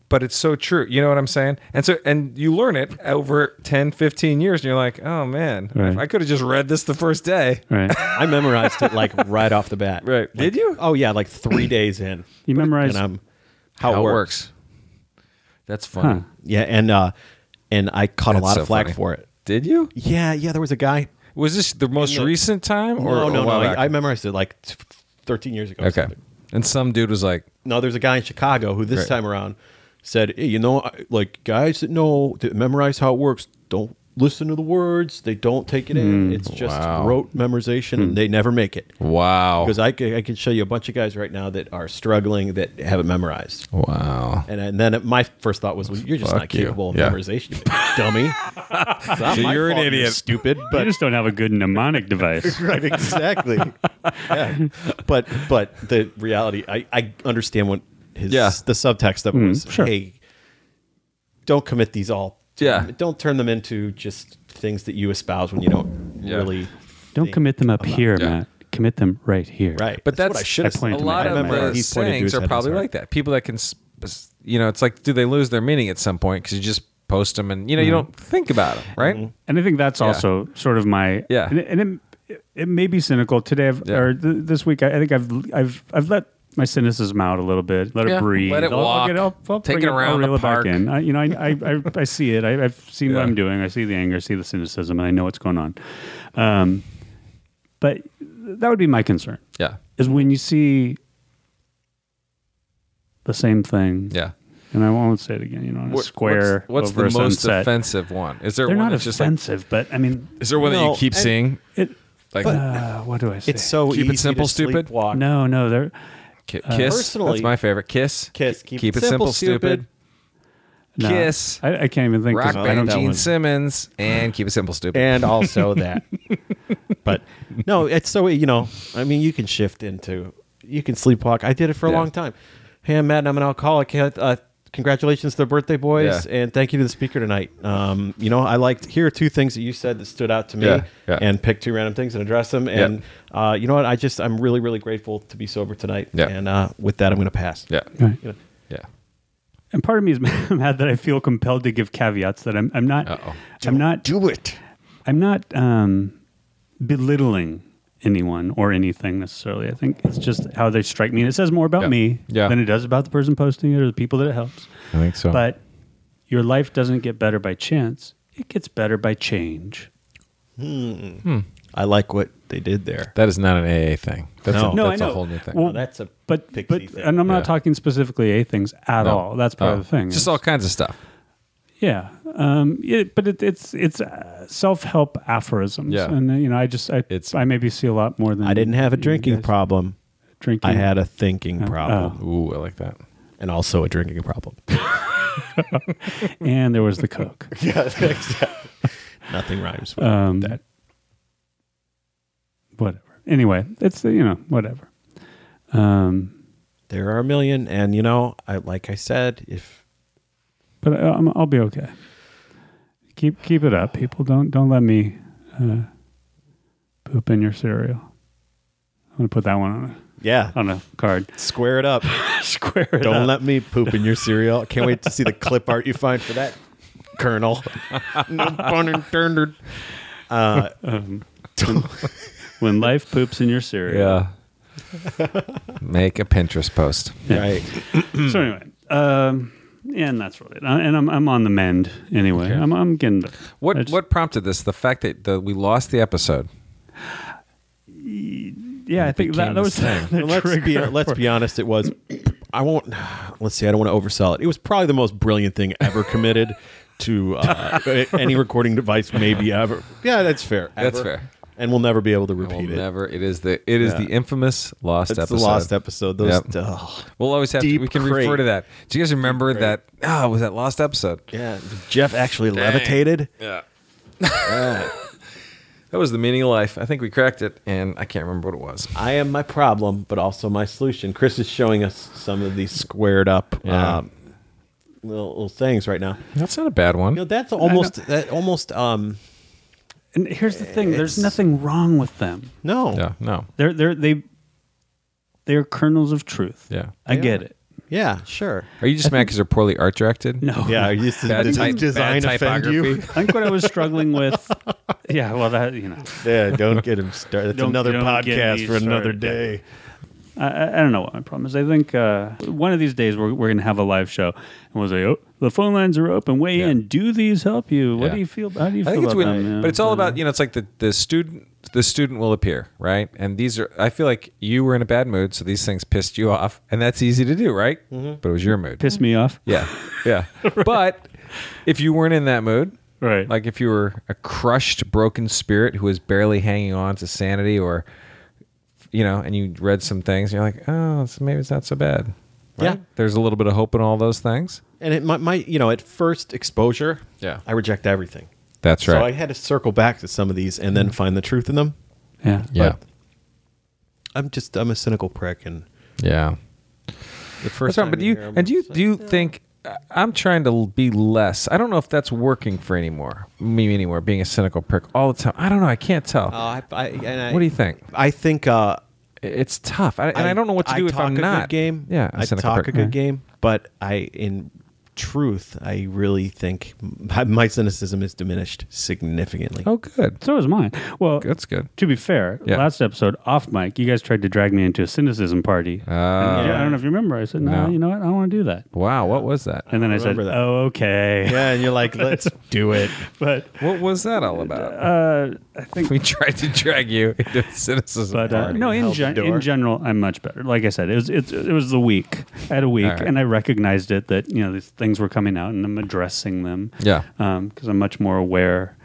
Speaker 1: but it's so true. You know what I'm saying? And so and you learn it over 10, 15 years, and you're like, oh man,
Speaker 5: Right.
Speaker 1: if I could have just read this the first day.
Speaker 5: Right.
Speaker 6: I memorized it
Speaker 1: *laughs*
Speaker 6: like right off the bat.
Speaker 1: Right. Did you?
Speaker 6: Oh yeah, like three days in.
Speaker 5: You memorized-
Speaker 6: and I'm, how,
Speaker 1: How
Speaker 6: it
Speaker 1: it
Speaker 6: works.
Speaker 1: works. That's
Speaker 5: Huh.
Speaker 1: funny.
Speaker 6: Yeah, and uh, and I caught
Speaker 1: That's
Speaker 6: a lot
Speaker 1: so
Speaker 6: of flack
Speaker 1: funny.
Speaker 6: for it.
Speaker 1: Did you?
Speaker 6: Yeah, yeah. There was a guy.
Speaker 1: Was this the most
Speaker 6: the-
Speaker 1: recent time? Or
Speaker 6: no, no,
Speaker 1: a
Speaker 6: no.
Speaker 1: while
Speaker 6: I, I
Speaker 1: back?
Speaker 6: memorized it like t- 13 years ago. or
Speaker 1: okay.
Speaker 6: something.
Speaker 1: And some dude was like,
Speaker 6: No, there's a guy in Chicago who this
Speaker 1: Right.
Speaker 6: time around said, hey, you know, I- like guys that know that memorize how it works don't listen to the words. They don't take it in. It's just
Speaker 1: Hmm. Wow. Hmm.
Speaker 6: rote memorization, and they never make it.
Speaker 1: "Wow,
Speaker 6: Because I, c- I can show you a bunch of guys right now that are struggling that haven't memorized.
Speaker 1: wow."
Speaker 6: And, and then my first thought was, well, you're just
Speaker 1: Fuck
Speaker 6: not
Speaker 1: you.
Speaker 6: capable of
Speaker 1: Yeah.
Speaker 6: memorization, you
Speaker 1: *laughs*
Speaker 6: dummy. It's not
Speaker 1: So
Speaker 6: my
Speaker 1: you're an
Speaker 6: fault
Speaker 1: idiot.
Speaker 6: stupid.
Speaker 5: you
Speaker 6: But
Speaker 5: just don't have a good mnemonic device.
Speaker 6: right, *laughs* exactly. yeah. But but the reality, I I understand what his
Speaker 1: Yeah. Mm-hmm.
Speaker 6: the subtext of it was. Hey, don't commit these all.
Speaker 1: Yeah.
Speaker 6: Don't turn them into just things that you espouse when you don't
Speaker 1: Yeah.
Speaker 6: really.
Speaker 5: Don't commit them up here,
Speaker 1: Yeah.
Speaker 5: Matt. Commit them right here.
Speaker 6: Right.
Speaker 1: But
Speaker 6: what
Speaker 1: that's
Speaker 6: I should have
Speaker 5: I pointed
Speaker 1: a
Speaker 5: to
Speaker 1: lot
Speaker 5: my- I
Speaker 1: of
Speaker 5: remember
Speaker 1: the
Speaker 5: he
Speaker 6: pointed to his
Speaker 1: sayings are
Speaker 6: head, I'm
Speaker 1: probably
Speaker 6: sorry.
Speaker 1: like that. People that can, sp- you know, it's like, do they lose their meaning at some point? Because you just post them, and you know, you don't think about them, right?
Speaker 5: And I think that's also sort of my
Speaker 1: Yeah.
Speaker 5: And, it- and it, it may be cynical today I've,
Speaker 1: Yeah.
Speaker 5: or th- this week. I, I think I've I've I've let my cynicism out a little bit. Let
Speaker 1: Yeah.
Speaker 5: it breathe.
Speaker 1: Let it
Speaker 5: I'll- I'll
Speaker 1: walk.
Speaker 5: get- I'll- I'll
Speaker 1: Take
Speaker 5: bring
Speaker 1: it around
Speaker 5: I'll
Speaker 1: the
Speaker 5: reel it back
Speaker 1: park.
Speaker 5: in. I, you know, I I,
Speaker 1: *laughs*
Speaker 5: I, I see it. I, I've seen
Speaker 1: Yeah.
Speaker 5: what I'm doing. I see the anger. I see the cynicism, and I know what's going on. Um, but that would be my concern
Speaker 1: Yeah,
Speaker 5: is when you see the same thing.
Speaker 1: yeah.
Speaker 5: And I won't say it again. You know, on a
Speaker 1: What-
Speaker 5: square
Speaker 1: What's, what's
Speaker 5: over
Speaker 1: the
Speaker 5: a
Speaker 1: most
Speaker 5: sunset.
Speaker 1: offensive one? Is there
Speaker 5: They're
Speaker 1: one
Speaker 5: not
Speaker 1: that's just like?
Speaker 5: offensive, but I mean,
Speaker 1: Is there one that
Speaker 6: No,
Speaker 1: you keep
Speaker 6: I-
Speaker 1: seeing?
Speaker 5: it.
Speaker 1: Like,
Speaker 5: Uh, what do I say?
Speaker 6: It's so
Speaker 1: Keep it
Speaker 6: easy
Speaker 1: simple,
Speaker 6: to
Speaker 1: stupid.
Speaker 6: sleepwalk.
Speaker 5: *laughs* no, no. They're
Speaker 1: ki-
Speaker 5: uh,
Speaker 1: kiss.
Speaker 6: Personally-
Speaker 1: that's my favorite. Kiss.
Speaker 6: Kiss.
Speaker 1: Keep, it simple, stupid.
Speaker 5: no.
Speaker 1: Kiss.
Speaker 5: I, I can't even think. 'cause
Speaker 1: Rock
Speaker 5: I don't
Speaker 1: band
Speaker 5: know
Speaker 1: Gene
Speaker 5: one.
Speaker 1: Simmons and keep it simple, stupid. *laughs*
Speaker 6: and also that. but no, it's so you know. I mean, you can shift into you can sleepwalk. I did it for a
Speaker 1: Yeah.
Speaker 6: long time. Hey, I'm Matt, and I'm an alcoholic. Uh, congratulations to the birthday boys,
Speaker 1: Yeah.
Speaker 6: and thank you to the speaker tonight. Um, you know, I liked. Here are two things that you said that stood out to me,
Speaker 1: Yeah, yeah.
Speaker 6: and pick two random things and address them. And uh, you know what? I just I'm really really grateful to be sober tonight.
Speaker 1: Yeah.
Speaker 6: And uh, with that, I'm going to pass.
Speaker 1: yeah,
Speaker 5: Right.
Speaker 6: You know,
Speaker 1: yeah.
Speaker 5: And part of me is *laughs* mad that I feel compelled to give caveats that I'm. I'm not.
Speaker 1: Uh-oh.
Speaker 5: I'm not.
Speaker 6: do it.
Speaker 5: I'm not um, belittling anyone or anything necessarily. I think it's just how they strike me, and it says more about
Speaker 1: Yeah.
Speaker 5: me
Speaker 1: Yeah.
Speaker 5: than it does about the person posting it or the people that it helps.
Speaker 1: I think so.
Speaker 5: But your life doesn't get better by chance; it gets better by change.
Speaker 6: I like what they did there.
Speaker 1: That is not an AA thing. That's,
Speaker 6: No.
Speaker 1: a,
Speaker 5: No,
Speaker 1: Oh, that's
Speaker 5: I know.
Speaker 1: a whole new thing.
Speaker 5: Well,
Speaker 6: That's a
Speaker 5: but
Speaker 6: pixie
Speaker 5: but
Speaker 6: thing.
Speaker 5: and I'm not
Speaker 1: Yeah.
Speaker 5: talking specifically a things at
Speaker 1: No.
Speaker 5: all. That's
Speaker 1: Oh.
Speaker 5: part of the thing.
Speaker 1: Just
Speaker 5: It's-
Speaker 1: all kinds of stuff.
Speaker 5: yeah. Um, yeah, but it, it's it's uh, self help aphorisms,
Speaker 1: Yeah.
Speaker 5: and uh, you know I just I
Speaker 1: It's-
Speaker 5: I maybe see a lot more than
Speaker 6: I didn't have a
Speaker 5: you
Speaker 6: drinking
Speaker 5: guys.
Speaker 6: problem.
Speaker 5: Drinking,
Speaker 6: I had a thinking
Speaker 5: uh,
Speaker 6: problem
Speaker 1: Ooh, I like that.
Speaker 6: and also a drinking problem.
Speaker 5: and there was
Speaker 6: *laughs*
Speaker 5: the coke.
Speaker 6: yeah, exactly. *laughs* Nothing rhymes with
Speaker 5: Um,
Speaker 6: that.
Speaker 5: whatever. Anyway, it's uh, you know whatever. Um,
Speaker 6: There are a million, and you know, I like I said, if
Speaker 5: but I, I'm, I'll be okay. Keep keep it up, people. Don't don't let me uh, poop in your cereal. I'm gonna put that one on
Speaker 6: yeah,
Speaker 5: a on a card.
Speaker 6: square it up.
Speaker 5: *laughs* Square it
Speaker 6: Don't
Speaker 5: up.
Speaker 6: let me poop in your cereal. I can't wait to see the clip art you find for that, Colonel. no pun intended. Uh,
Speaker 5: when life poops in your cereal.
Speaker 1: *laughs* Yeah. Make a Pinterest post.
Speaker 6: right.
Speaker 5: *clears throat* So anyway, um, yeah, and that's really it. I, and I'm I'm on the mend anyway. I'm I'm getting better.
Speaker 1: What
Speaker 5: I just-
Speaker 1: what prompted this? The fact that the, we lost the episode.
Speaker 5: Yeah, I think that,
Speaker 1: became
Speaker 5: *laughs* that
Speaker 1: the
Speaker 5: was
Speaker 1: same.
Speaker 5: the
Speaker 6: let's
Speaker 5: trigger
Speaker 6: be let's
Speaker 5: for-
Speaker 6: be honest. It was I won't. Let's see. I don't want to oversell it. It was probably the most brilliant thing ever committed to uh, *laughs* any recording device, maybe ever. Yeah, that's fair.
Speaker 1: That's
Speaker 6: ever.
Speaker 1: fair.
Speaker 6: And we'll never be able to
Speaker 1: I will
Speaker 6: repeat it.
Speaker 1: never. It is the it is
Speaker 6: Yeah.
Speaker 1: the infamous lost
Speaker 6: It's
Speaker 1: episode.
Speaker 6: the lost episode. Those. oh,
Speaker 1: Yep.
Speaker 6: ugh.
Speaker 1: We'll always have to,
Speaker 6: Deep
Speaker 1: we can
Speaker 6: crate.
Speaker 1: refer to that. Do you guys remember
Speaker 6: crate.
Speaker 1: that? Ah, was that lost episode?
Speaker 6: *laughs* yeah. Jeff actually levitated.
Speaker 1: Yeah. That was the meaning of life. I think we cracked it, and I can't remember what it was.
Speaker 6: I am my problem, but also my solution. Chris is showing us some of these squared up
Speaker 1: Yeah.
Speaker 6: um, little, little things right now.
Speaker 1: That's not a bad one.
Speaker 6: You know, that's almost that almost um
Speaker 5: And here's the thing: there's nothing wrong with them.
Speaker 6: no
Speaker 1: yeah, no.
Speaker 5: They're they're they they are kernels of truth.
Speaker 1: Yeah.
Speaker 5: I get it.
Speaker 6: yeah sure
Speaker 1: Are you just mad because they're poorly art directed?
Speaker 5: No,
Speaker 6: yeah you just
Speaker 1: Bad, type,
Speaker 6: design
Speaker 1: bad
Speaker 6: offend
Speaker 1: typography.
Speaker 6: you
Speaker 5: *laughs* I think what I was
Speaker 6: *laughs*
Speaker 5: struggling with. Yeah, well, that you know,
Speaker 6: yeah don't get him started that's
Speaker 5: Don't-
Speaker 6: another
Speaker 5: don't get me
Speaker 6: podcast for another
Speaker 5: started.
Speaker 6: day
Speaker 5: I, I I don't know what my problem is. I think uh, one of these days we're, we're going to have a live show, and we'll say, "Oh, the phone lines are open. Weigh
Speaker 1: Yeah.
Speaker 5: in. Do these help you? What
Speaker 1: Yeah.
Speaker 5: do you feel? How do you
Speaker 1: I
Speaker 5: feel
Speaker 1: think it's
Speaker 5: about
Speaker 1: weird,
Speaker 5: them? Yeah.
Speaker 1: but it's all about you know. It's like the the student the student will appear right, and these are. I feel like you were in a bad mood, so these things pissed you off, and that's easy to do, right?
Speaker 6: Mm-hmm.
Speaker 1: But it was your mood.
Speaker 5: piss me off.
Speaker 1: Yeah,
Speaker 5: *laughs*
Speaker 1: yeah. But if you weren't in that mood,
Speaker 5: Right.
Speaker 1: Like if you were a crushed, broken spirit who was barely hanging on to sanity, or you know, and you read some things, you're like, oh, it's, maybe it's not so bad.
Speaker 6: yeah
Speaker 1: There's a little bit of hope in all those things.
Speaker 6: and it might, might you know at first exposure
Speaker 1: Yeah.
Speaker 6: I reject everything
Speaker 1: That's
Speaker 6: so I
Speaker 1: right. Mm-hmm.
Speaker 6: had to circle back to some of these and then find the truth in them
Speaker 5: Yeah.
Speaker 1: yeah,
Speaker 6: but- I'm just I'm a cynical prick and
Speaker 1: yeah.
Speaker 6: the first
Speaker 1: That's right.
Speaker 6: time
Speaker 1: But do you
Speaker 6: hear 'em,
Speaker 1: and do you
Speaker 6: it's like,
Speaker 1: do you think I- I'm trying to l- be less? I don't know if that's working for anymore me anymore. Being a cynical prick all the time. I don't know. I can't tell.
Speaker 6: oh, I, I, and I,
Speaker 1: what do you think?
Speaker 6: I think uh
Speaker 1: I- It's tough, I, and I, don't know what to do if
Speaker 6: talk
Speaker 1: I'm
Speaker 6: a
Speaker 1: not
Speaker 6: Good game.
Speaker 1: Yeah,
Speaker 6: I
Speaker 1: cynical
Speaker 6: talk
Speaker 1: prick.
Speaker 6: a good game, but I, in truth, I really think *laughs* my, my cynicism is diminished significantly.
Speaker 1: Oh, good.
Speaker 5: So is mine. Well,
Speaker 1: That's good.
Speaker 5: to be fair,
Speaker 1: Yeah.
Speaker 5: last episode off mic, you guys tried to drag me into a cynicism party. And, you know, I don't know if you remember. I said, no,
Speaker 1: Ah. No.
Speaker 5: you know what? I don't want to do that.
Speaker 1: Wow, what was that?
Speaker 5: And then I, said,
Speaker 6: remember that.
Speaker 5: oh, okay.
Speaker 6: Yeah, and you're like, let's
Speaker 1: *laughs*
Speaker 6: do it.
Speaker 5: *laughs* But
Speaker 1: What was that all about?
Speaker 5: uh, I think,
Speaker 1: we *laughs* tried to drag you into cynicism.
Speaker 5: but uh,
Speaker 1: party.
Speaker 5: no, in,
Speaker 6: held
Speaker 5: gen-
Speaker 6: the door.
Speaker 5: in general, I'm much better. Like I said, it was it, it was the week. I had a week,
Speaker 1: right.
Speaker 5: and I recognized it that you know these things were coming out, and I'm addressing them.
Speaker 1: Yeah.
Speaker 5: because I'm much more aware.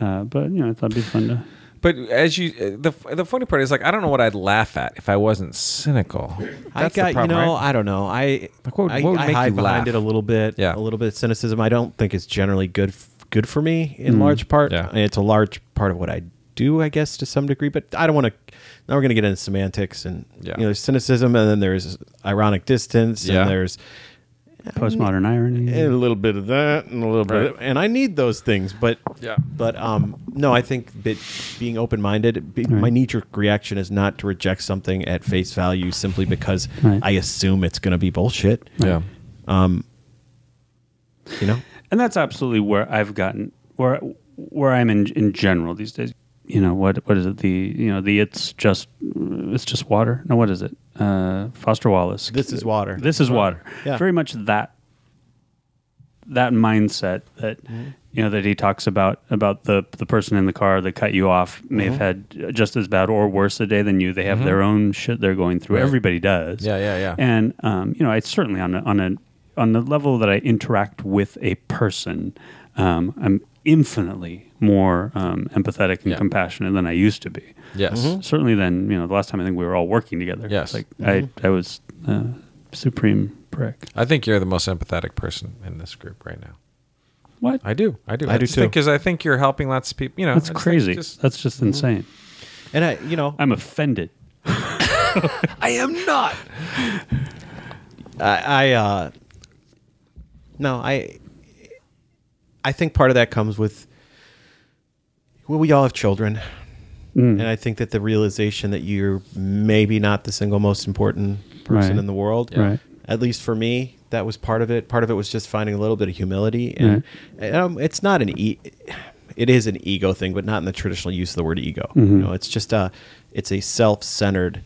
Speaker 5: Uh, but you know, I thought it'd be fun to.
Speaker 1: but as you, uh, the the funny part is like I don't know what I'd laugh at if I wasn't cynical.
Speaker 6: I
Speaker 1: That's the
Speaker 6: got
Speaker 1: problem,
Speaker 6: you know
Speaker 1: right?
Speaker 6: I don't know I
Speaker 1: Like, what would-
Speaker 6: I,
Speaker 1: what would
Speaker 6: I
Speaker 1: make
Speaker 6: hide
Speaker 1: you laugh?
Speaker 6: behind it a little bit
Speaker 1: Yeah.
Speaker 6: a little bit of cynicism I don't think it's generally good f- good for me in
Speaker 1: Hmm.
Speaker 6: large part
Speaker 1: Yeah.
Speaker 6: it's a large part of what I do I guess to some degree but I don't want to now we're gonna get into semantics and
Speaker 1: Yeah.
Speaker 6: you know there's cynicism and then there's ironic distance
Speaker 1: Yeah.
Speaker 6: and there's
Speaker 5: Postmodern irony.
Speaker 6: and a little bit of that and a little bit
Speaker 1: Right.
Speaker 6: of, and I need those things but
Speaker 1: Yeah.
Speaker 6: but um no I think that being open minded be, my knee jerk reaction is not to reject something at face value simply because
Speaker 5: Right.
Speaker 6: I assume it's going to be bullshit
Speaker 1: Yeah.
Speaker 6: you know
Speaker 5: and that's absolutely where I've gotten where where I'm in in general these days. You know what what is it the you know the it's just it's just water. No, what is it? Uh, Foster Wallace.
Speaker 6: This is water.
Speaker 5: This is water.
Speaker 6: Yeah.
Speaker 5: Very much that that mindset that you know that he talks about about the the person in the car that cut you off may have had just as bad or worse a day than you. They have their own shit they're going through.
Speaker 1: Right.
Speaker 5: Everybody does.
Speaker 1: Yeah, yeah, yeah.
Speaker 5: And um, you know, I certainly on a, on a on the level that I interact with a person, um, I'm infinitely more um, empathetic and
Speaker 1: Yeah.
Speaker 5: compassionate than I used to be.
Speaker 1: Yes.
Speaker 6: Mm-hmm.
Speaker 5: Certainly than you know the last time I think we were all working together.
Speaker 1: Yes.
Speaker 5: Like I I was uh, supreme prick.
Speaker 1: I think you're the most empathetic person in this group right now.
Speaker 5: What?
Speaker 1: I do. I do.
Speaker 6: I do
Speaker 1: just
Speaker 6: too.
Speaker 1: think Because I think you're helping lots of people. You know,
Speaker 5: That's
Speaker 1: I just think
Speaker 5: crazy.
Speaker 1: just-
Speaker 5: That's just insane.
Speaker 6: and I you know
Speaker 5: I'm offended.
Speaker 6: I am not. I, I uh no, I I think part of that comes with well, we all have children.
Speaker 5: Mm.
Speaker 6: And I think that the realization that you're maybe not the single most important person
Speaker 5: Right.
Speaker 6: in the world.
Speaker 5: Right.
Speaker 6: At least for me, that was part of it. Part of it was just finding a little bit of humility and, and, um, it's not an e- it is an ego thing, but not in the traditional use of the word ego.
Speaker 5: Mm-hmm.
Speaker 6: You know, it's just a it's a self-centered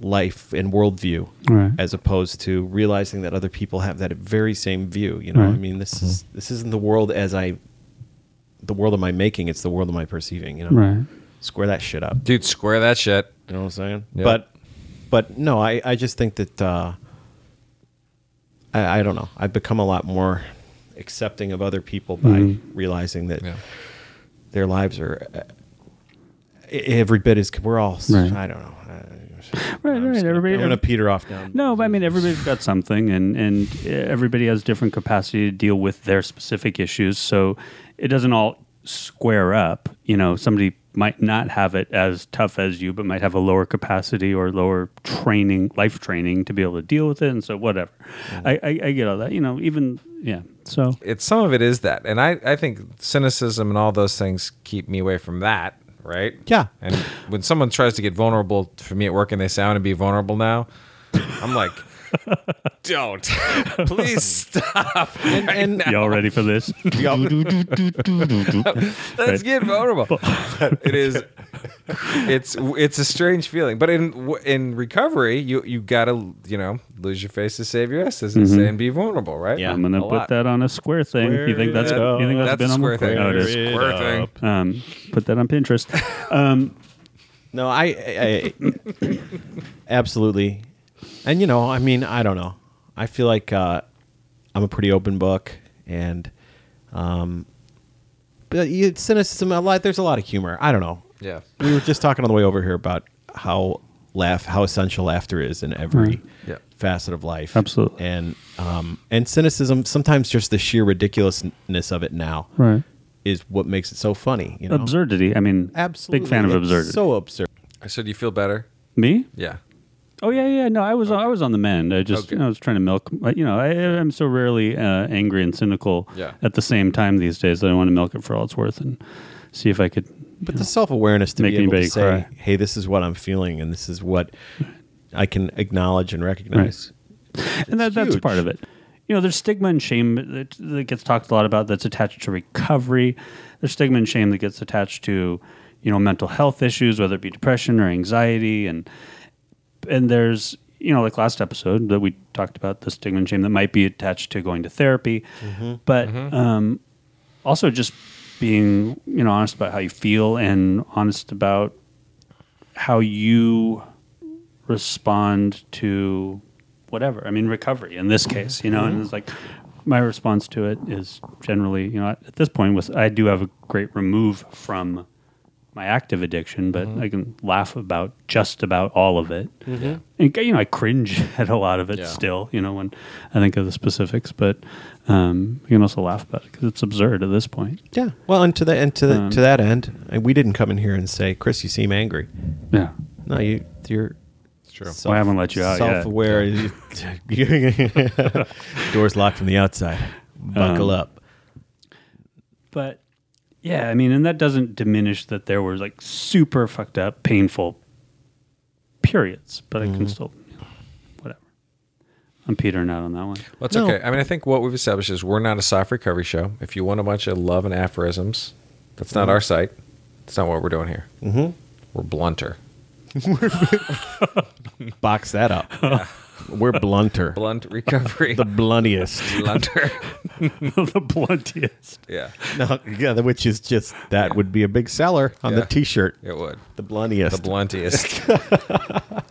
Speaker 6: life and worldview
Speaker 5: Right.
Speaker 6: as opposed to realizing that other people have that very same view you know
Speaker 5: Right.
Speaker 6: i mean
Speaker 1: Mm-hmm.
Speaker 6: this is this isn't the world as i the world am i making it's the world am i perceiving you know
Speaker 5: Right.
Speaker 6: square that shit up
Speaker 1: dude, square that shit.
Speaker 6: you know what i'm saying
Speaker 1: Yeah.
Speaker 6: but but no i i just think that uh i i don't know i've become a lot more accepting of other people by
Speaker 5: Mm-hmm.
Speaker 6: realizing that
Speaker 1: Yeah.
Speaker 6: their lives are uh, every bit is we're all s
Speaker 5: Right.
Speaker 6: i don't know uh,
Speaker 5: Right.
Speaker 6: I'm
Speaker 5: right.
Speaker 6: just gonna-
Speaker 5: Everybody.
Speaker 6: I'm gonna peter off now.
Speaker 5: No, but I mean everybody's got something, and and everybody has different capacity to deal with their specific issues. So it doesn't all square up. You know, somebody might not have it as tough as you, but might have a lower capacity or lower training, life training to be able to deal with it. And so, whatever. I, I, I get all that. You know, even, yeah. So,
Speaker 1: it's some of it is that, and I I think cynicism and all those things keep me away from that, right?
Speaker 6: Yeah.
Speaker 1: And when someone tries to get vulnerable for me at work, and they say I want to be vulnerable now, I'm like, *laughs* don't, *laughs*
Speaker 6: *laughs*
Speaker 1: please stop.
Speaker 6: And, and
Speaker 5: y'all ready
Speaker 1: *laughs*
Speaker 5: for this?
Speaker 1: Let's
Speaker 5: Right.
Speaker 1: get vulnerable. But it is, it's it's a strange feeling. But in in recovery, you you gotta you know lose your face to save your ass, as they say, and be vulnerable, right?
Speaker 6: Yeah.
Speaker 5: I'm gonna
Speaker 1: A
Speaker 5: put
Speaker 1: lot.
Speaker 5: that on a square thing. you think that's
Speaker 1: it up.
Speaker 5: you think
Speaker 1: That's
Speaker 5: that's
Speaker 1: a
Speaker 5: been
Speaker 1: square
Speaker 5: on the
Speaker 1: thing.
Speaker 5: Oh, it is.
Speaker 6: Square
Speaker 1: Square
Speaker 6: it
Speaker 1: thing.
Speaker 5: Um, put that on Pinterest. Um,
Speaker 6: no, I, I, I- absolutely. And you know, I mean, I don't know. I feel like uh, I'm a pretty open book, and um, but you, cynicism. A lot. There's a lot of humor. I don't know.
Speaker 1: Yeah.
Speaker 6: we were just talking on the way over here about how laugh how essential laughter is in every
Speaker 1: Yeah.
Speaker 6: facet of life
Speaker 5: Mm-hmm. Absolutely.
Speaker 6: and um and cynicism sometimes just the sheer ridiculousness of it now
Speaker 5: *laughs* Right.
Speaker 6: is what makes it so funny you know
Speaker 5: absurdity. I mean,
Speaker 6: absolutely
Speaker 5: big fan of
Speaker 6: It's
Speaker 5: absurdity.
Speaker 6: so absurd
Speaker 1: So do you feel better?
Speaker 5: Me?
Speaker 1: Yeah.
Speaker 5: Oh yeah, yeah. No, I was I was on the mend. I just
Speaker 1: Okay.
Speaker 5: you know, I was trying to milk. my- You know, I, I'm so rarely uh, angry and cynical
Speaker 1: Yeah.
Speaker 5: at the same time these days that I want to milk it for all it's worth and see if I could.
Speaker 6: but the self-awareness to
Speaker 5: Make
Speaker 6: be able to
Speaker 5: anybody
Speaker 6: say
Speaker 5: cry.
Speaker 6: hey this is what i'm feeling and this is what i can acknowledge and recognize
Speaker 5: and that, that's
Speaker 6: huge.
Speaker 5: part of it. You know, there's stigma and shame that, that gets talked a lot about that's attached to recovery. There's stigma and shame that gets attached to, you know, mental health issues, whether it be depression or anxiety, and and there's you know like last episode that we talked about the stigma and shame that might be attached to going to therapy, but um, also just being you know honest about how you feel and honest about how you respond to whatever. I mean, recovery in this case, you know, and it's like my response to it is generally, you know, at this point with I do have a great remove from my active addiction, but I can laugh about just about all of it. And you know, I cringe *laughs* at a lot of it
Speaker 1: Yeah.
Speaker 5: still, you know, when I think of the specifics, but um, you can also laugh about it because it's absurd at this point.
Speaker 6: yeah well and to the and to, the,
Speaker 5: Um,
Speaker 6: to that end and we didn't come in here and say chris you seem angry
Speaker 5: Yeah.
Speaker 6: no you you're
Speaker 1: True.
Speaker 6: Self-
Speaker 5: I haven't let you out yet.
Speaker 6: Self-aware. *laughs* Doors locked from the outside. Buckle
Speaker 5: Um,
Speaker 6: up.
Speaker 5: but yeah, I mean, and that doesn't diminish that there were like super fucked up, painful periods, but I can still, you know, whatever. I'm petering out on that *laughs* one.
Speaker 1: Well, it's
Speaker 6: No.
Speaker 1: okay. I mean, I think what we've established is we're not a soft recovery show. If you want a bunch of love and aphorisms, that's not our site. It's not what we're doing here. Mm-hmm. We're blunter.
Speaker 6: Box that
Speaker 5: *laughs*
Speaker 6: up. We're blunter.
Speaker 1: Blunt recovery.
Speaker 6: *laughs* the
Speaker 5: *laughs*
Speaker 6: bluntiest.
Speaker 1: blunter. *laughs*
Speaker 5: the bluntiest.
Speaker 1: yeah,
Speaker 6: No, yeah, the- which is just that would be a big seller on
Speaker 1: Yeah.
Speaker 6: the T-shirt.
Speaker 1: it would.
Speaker 6: The bluntiest.
Speaker 1: The bluntiest.
Speaker 6: *laughs*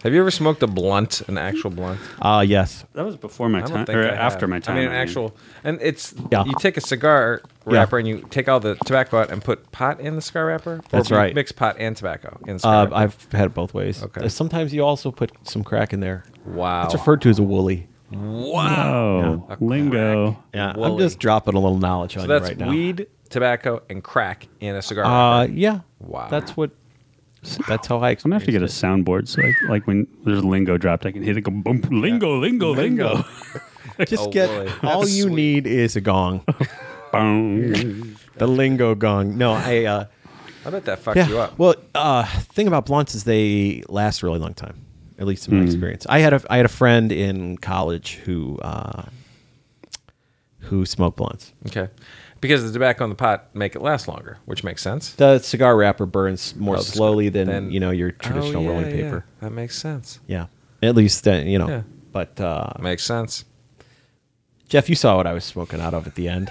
Speaker 1: Have you ever smoked a blunt, an actual blunt?
Speaker 6: Ah, yes.
Speaker 5: That was before my
Speaker 1: I
Speaker 5: time,
Speaker 1: don't think
Speaker 5: or
Speaker 1: I have.
Speaker 5: after my time.
Speaker 1: I mean, an actual, and it's
Speaker 6: Yeah.
Speaker 1: you take a cigar
Speaker 6: Yeah.
Speaker 1: wrapper and you take all the tobacco out and put pot in the cigar wrapper.
Speaker 6: That's
Speaker 1: or
Speaker 6: right.
Speaker 1: Mix pot and tobacco in. The cigar
Speaker 6: Uh,
Speaker 1: wrapper.
Speaker 6: I've had it both ways.
Speaker 1: Okay.
Speaker 6: Uh, Sometimes you also put some crack in there.
Speaker 1: wow.
Speaker 6: It's referred to as a woolly.
Speaker 5: Oh, lingo.
Speaker 6: Yeah, I'm
Speaker 1: Woolly.
Speaker 6: just dropping a little knowledge on
Speaker 1: So
Speaker 6: you
Speaker 1: that's
Speaker 6: right now.
Speaker 1: weed, tobacco, and crack in a cigar.
Speaker 6: Uh,
Speaker 1: wrapper.
Speaker 6: yeah.
Speaker 1: Wow.
Speaker 6: That's what. That's how I.
Speaker 5: I'm gonna have to get a
Speaker 6: experienced
Speaker 5: soundboard so like like when there's lingo dropped, I can hit like a boom, lingo, lingo, lingo. *laughs*
Speaker 6: it. Just
Speaker 1: *laughs* Oh,
Speaker 6: get
Speaker 1: woolly.
Speaker 6: all
Speaker 1: That's
Speaker 6: you
Speaker 1: sweet.
Speaker 6: need is
Speaker 1: *laughs*
Speaker 6: a gong.
Speaker 5: Boom.
Speaker 6: The lingo gong. No, I. Uh,
Speaker 1: I bet that fucked
Speaker 6: yeah.
Speaker 1: you up.
Speaker 6: Well, uh, thing about blunts is they last a really long time, at least in
Speaker 1: Hmm.
Speaker 6: my experience. I had a I had a friend in college who uh, who smoked blunts.
Speaker 1: okay, because the tobacco and the pot make it last longer, which makes sense.
Speaker 6: The cigar wrapper burns more
Speaker 1: Oh, the cigar-
Speaker 6: slowly than
Speaker 1: then-
Speaker 6: you know your
Speaker 1: Oh,
Speaker 6: traditional
Speaker 1: yeah,
Speaker 6: rolling
Speaker 1: yeah.
Speaker 6: paper.
Speaker 1: That makes sense.
Speaker 6: Yeah. At least then you know.
Speaker 1: Yeah.
Speaker 6: But uh,
Speaker 1: Makes sense.
Speaker 6: Jeff, you saw what I was smoking out of at the end.